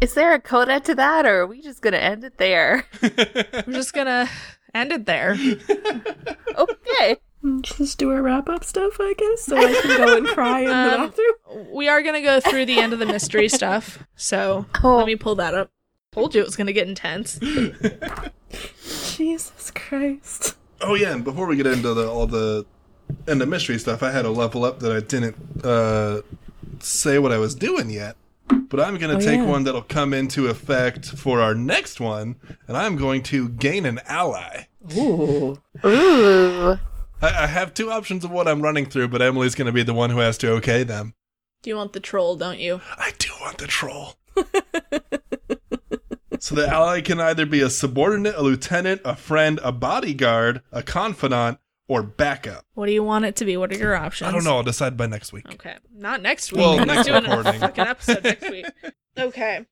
[SPEAKER 3] Is there a coda to that, or are we just gonna end it there?
[SPEAKER 1] We're just going to end it there.
[SPEAKER 3] [laughs] Okay.
[SPEAKER 2] Just do a wrap up stuff, I guess, so I can go and cry in the
[SPEAKER 1] Um,
[SPEAKER 2] bathroom.
[SPEAKER 1] We are going to go through the end of the mystery stuff. So,
[SPEAKER 3] Oh.
[SPEAKER 1] let me pull that up. Told you it was going to get intense.
[SPEAKER 2] Jesus Christ.
[SPEAKER 4] Oh yeah, and before we get into the, all the and the mystery stuff, I had a level up that I didn't uh, say what I was doing yet. But I'm going to
[SPEAKER 2] Oh,
[SPEAKER 4] take
[SPEAKER 2] yeah.
[SPEAKER 4] one that'll come into effect for our next one, and I'm going to gain an ally.
[SPEAKER 2] Ooh.
[SPEAKER 3] Ooh.
[SPEAKER 4] I, I have two options of what I'm running through, but Emily's going to be the one who has to okay them.
[SPEAKER 1] You want the troll, don't you?
[SPEAKER 4] I do want the troll. so the ally can either be a subordinate, a lieutenant, a friend, a bodyguard, a confidant, or backup.
[SPEAKER 1] What do you want it to be? What are your options?
[SPEAKER 4] I don't know. I'll decide by next week.
[SPEAKER 1] Okay. Not next week.
[SPEAKER 4] Well,
[SPEAKER 1] We're
[SPEAKER 4] next
[SPEAKER 1] doing
[SPEAKER 4] recording.
[SPEAKER 1] a fucking episode next
[SPEAKER 3] [laughs]
[SPEAKER 1] week. Okay.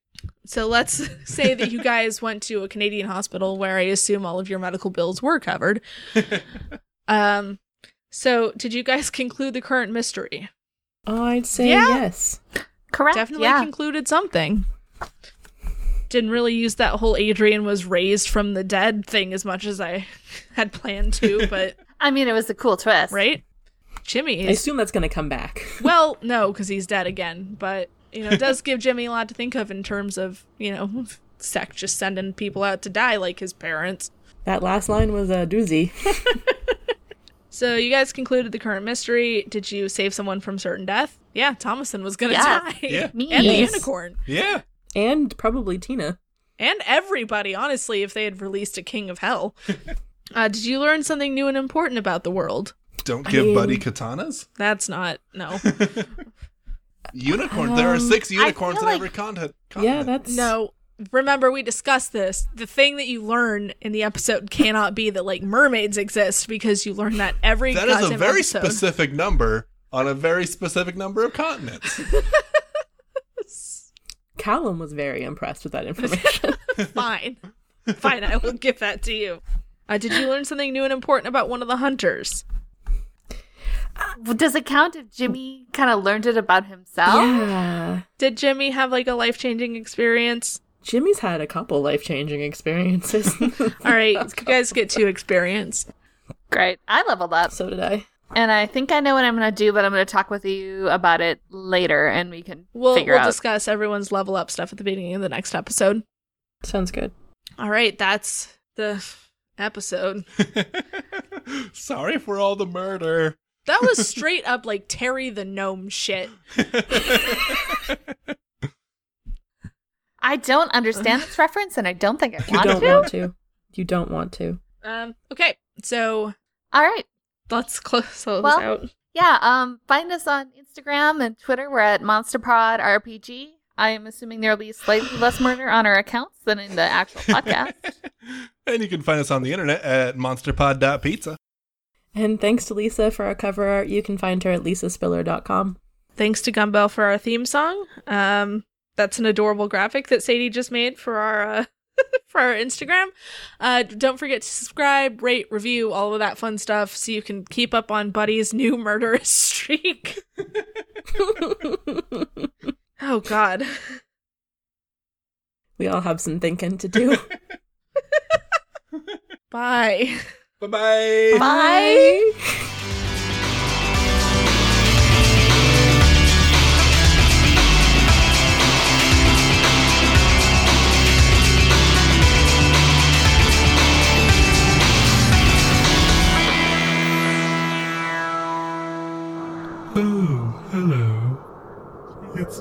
[SPEAKER 1] So let's [laughs] say that you guys went to a Canadian hospital where I assume all of your medical bills were covered.
[SPEAKER 4] [laughs]
[SPEAKER 1] Um so did you guys conclude the current mystery?
[SPEAKER 2] I'd say
[SPEAKER 1] Yeah.
[SPEAKER 2] yes.
[SPEAKER 3] Correct.
[SPEAKER 1] Definitely
[SPEAKER 3] yeah.
[SPEAKER 1] concluded something. Didn't really use that whole Adrian was raised from the dead thing as much as I [laughs] had planned to,
[SPEAKER 3] [laughs]
[SPEAKER 1] but
[SPEAKER 3] I mean, it was a cool twist.
[SPEAKER 1] right? Jimmy
[SPEAKER 2] I
[SPEAKER 1] is
[SPEAKER 2] assume that's gonna come back.
[SPEAKER 1] Well, no, because he's dead again. But you know, it does give Jimmy a lot to think of in terms of you know, [laughs] sect just sending people out to die like his parents.
[SPEAKER 2] That last line was a doozy.
[SPEAKER 1] So you guys concluded the current mystery. Did you save someone from certain death? Yeah, Thomason was gonna
[SPEAKER 3] Yeah.
[SPEAKER 1] die.
[SPEAKER 4] Yeah.
[SPEAKER 1] [laughs]
[SPEAKER 3] Me.
[SPEAKER 1] And the
[SPEAKER 2] Yes.
[SPEAKER 1] unicorn.
[SPEAKER 4] Yeah.
[SPEAKER 2] and probably Tina.
[SPEAKER 1] And everybody, honestly, if they had released a king of hell. Uh, did you learn something new and important about the world?
[SPEAKER 4] Don't give
[SPEAKER 2] mean-
[SPEAKER 4] Buddy katanas.
[SPEAKER 1] That's not no.
[SPEAKER 4] Unicorn. there are six unicorns in
[SPEAKER 3] feel like-
[SPEAKER 4] every continent.
[SPEAKER 2] Yeah,
[SPEAKER 4] continent.
[SPEAKER 2] that's
[SPEAKER 1] No. Remember, we discussed this. The thing that you learn in the episode cannot be that like mermaids exist because you learn that every
[SPEAKER 4] that is a
[SPEAKER 1] goddamn
[SPEAKER 4] very
[SPEAKER 1] episode.
[SPEAKER 4] specific number on a very specific number of continents. [laughs]
[SPEAKER 2] Callum was very impressed with that information.
[SPEAKER 1] Fine, fine, I will give that to you. Uh, did you learn something new and important about one of the hunters?
[SPEAKER 3] Does it count if Jimmy kind of learned it about
[SPEAKER 2] [laughs]
[SPEAKER 3] himself?
[SPEAKER 2] [laughs] yeah.
[SPEAKER 1] Did Jimmy have like a life changing experience?
[SPEAKER 2] Jimmy's had a couple life changing [laughs] experiences.
[SPEAKER 1] All
[SPEAKER 3] [laughs]
[SPEAKER 1] right, you guys get to experience.
[SPEAKER 3] Great. I leveled up.
[SPEAKER 2] so did I.
[SPEAKER 3] And I think I know what I'm going to do, but I'm going to talk with you about it later and we can
[SPEAKER 1] We'll
[SPEAKER 3] figure
[SPEAKER 1] we'll
[SPEAKER 3] out.
[SPEAKER 1] discuss everyone's level up stuff at the beginning of the next episode.
[SPEAKER 2] Sounds good.
[SPEAKER 1] All right, that's the episode.
[SPEAKER 4] Sorry for all the murder. [laughs]
[SPEAKER 1] That
[SPEAKER 3] [laughs]
[SPEAKER 1] was straight up like Terry the gnome shit.
[SPEAKER 3] I don't
[SPEAKER 2] [laughs]
[SPEAKER 3] understand this reference, and I don't think I
[SPEAKER 2] You
[SPEAKER 3] want
[SPEAKER 2] don't
[SPEAKER 3] to.
[SPEAKER 2] want to. You don't want to.
[SPEAKER 1] Um, okay, so
[SPEAKER 3] All right.
[SPEAKER 1] let's [laughs] close, close
[SPEAKER 3] Well-
[SPEAKER 1] out.
[SPEAKER 3] Yeah, um, find us on Instagram and Twitter. We're at MonsterPod RPG. I am assuming there will be slightly less murder on our accounts than in
[SPEAKER 2] [laughs]
[SPEAKER 3] the actual podcast.
[SPEAKER 4] and you can find us on the internet at monsterpod.pizza.
[SPEAKER 2] And thanks to Lisa for our cover art. You can find her at lisaspiller.com.
[SPEAKER 1] Thanks to Gumbel for our theme song. Um, that's an adorable graphic that Sadie just made for our uh, [laughs] for our Instagram. Uh, don't forget to subscribe, rate, review, all of that fun stuff, so you can keep up on Buddy's [laughs] new murderous streak. oh God.
[SPEAKER 2] [laughs]
[SPEAKER 1] [laughs]
[SPEAKER 2] we all have some thinking to [laughs] do.
[SPEAKER 1] Bye.
[SPEAKER 4] Bye bye.
[SPEAKER 3] Bye.
[SPEAKER 5] Oh, hello. It's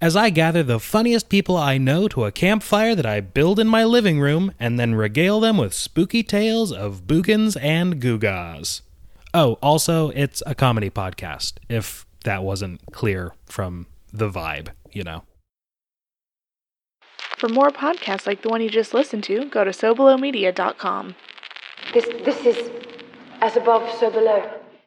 [SPEAKER 6] as I gather the funniest people I know to a campfire that I build in my living room and then regale them with spooky tales of boogans and gewgaws. Oh, also, it's a comedy podcast, if that wasn't clear from the vibe, you know.
[SPEAKER 1] For more podcasts like the one you just listened to, go to sobelomedia.com.
[SPEAKER 7] This, this is as above, so below.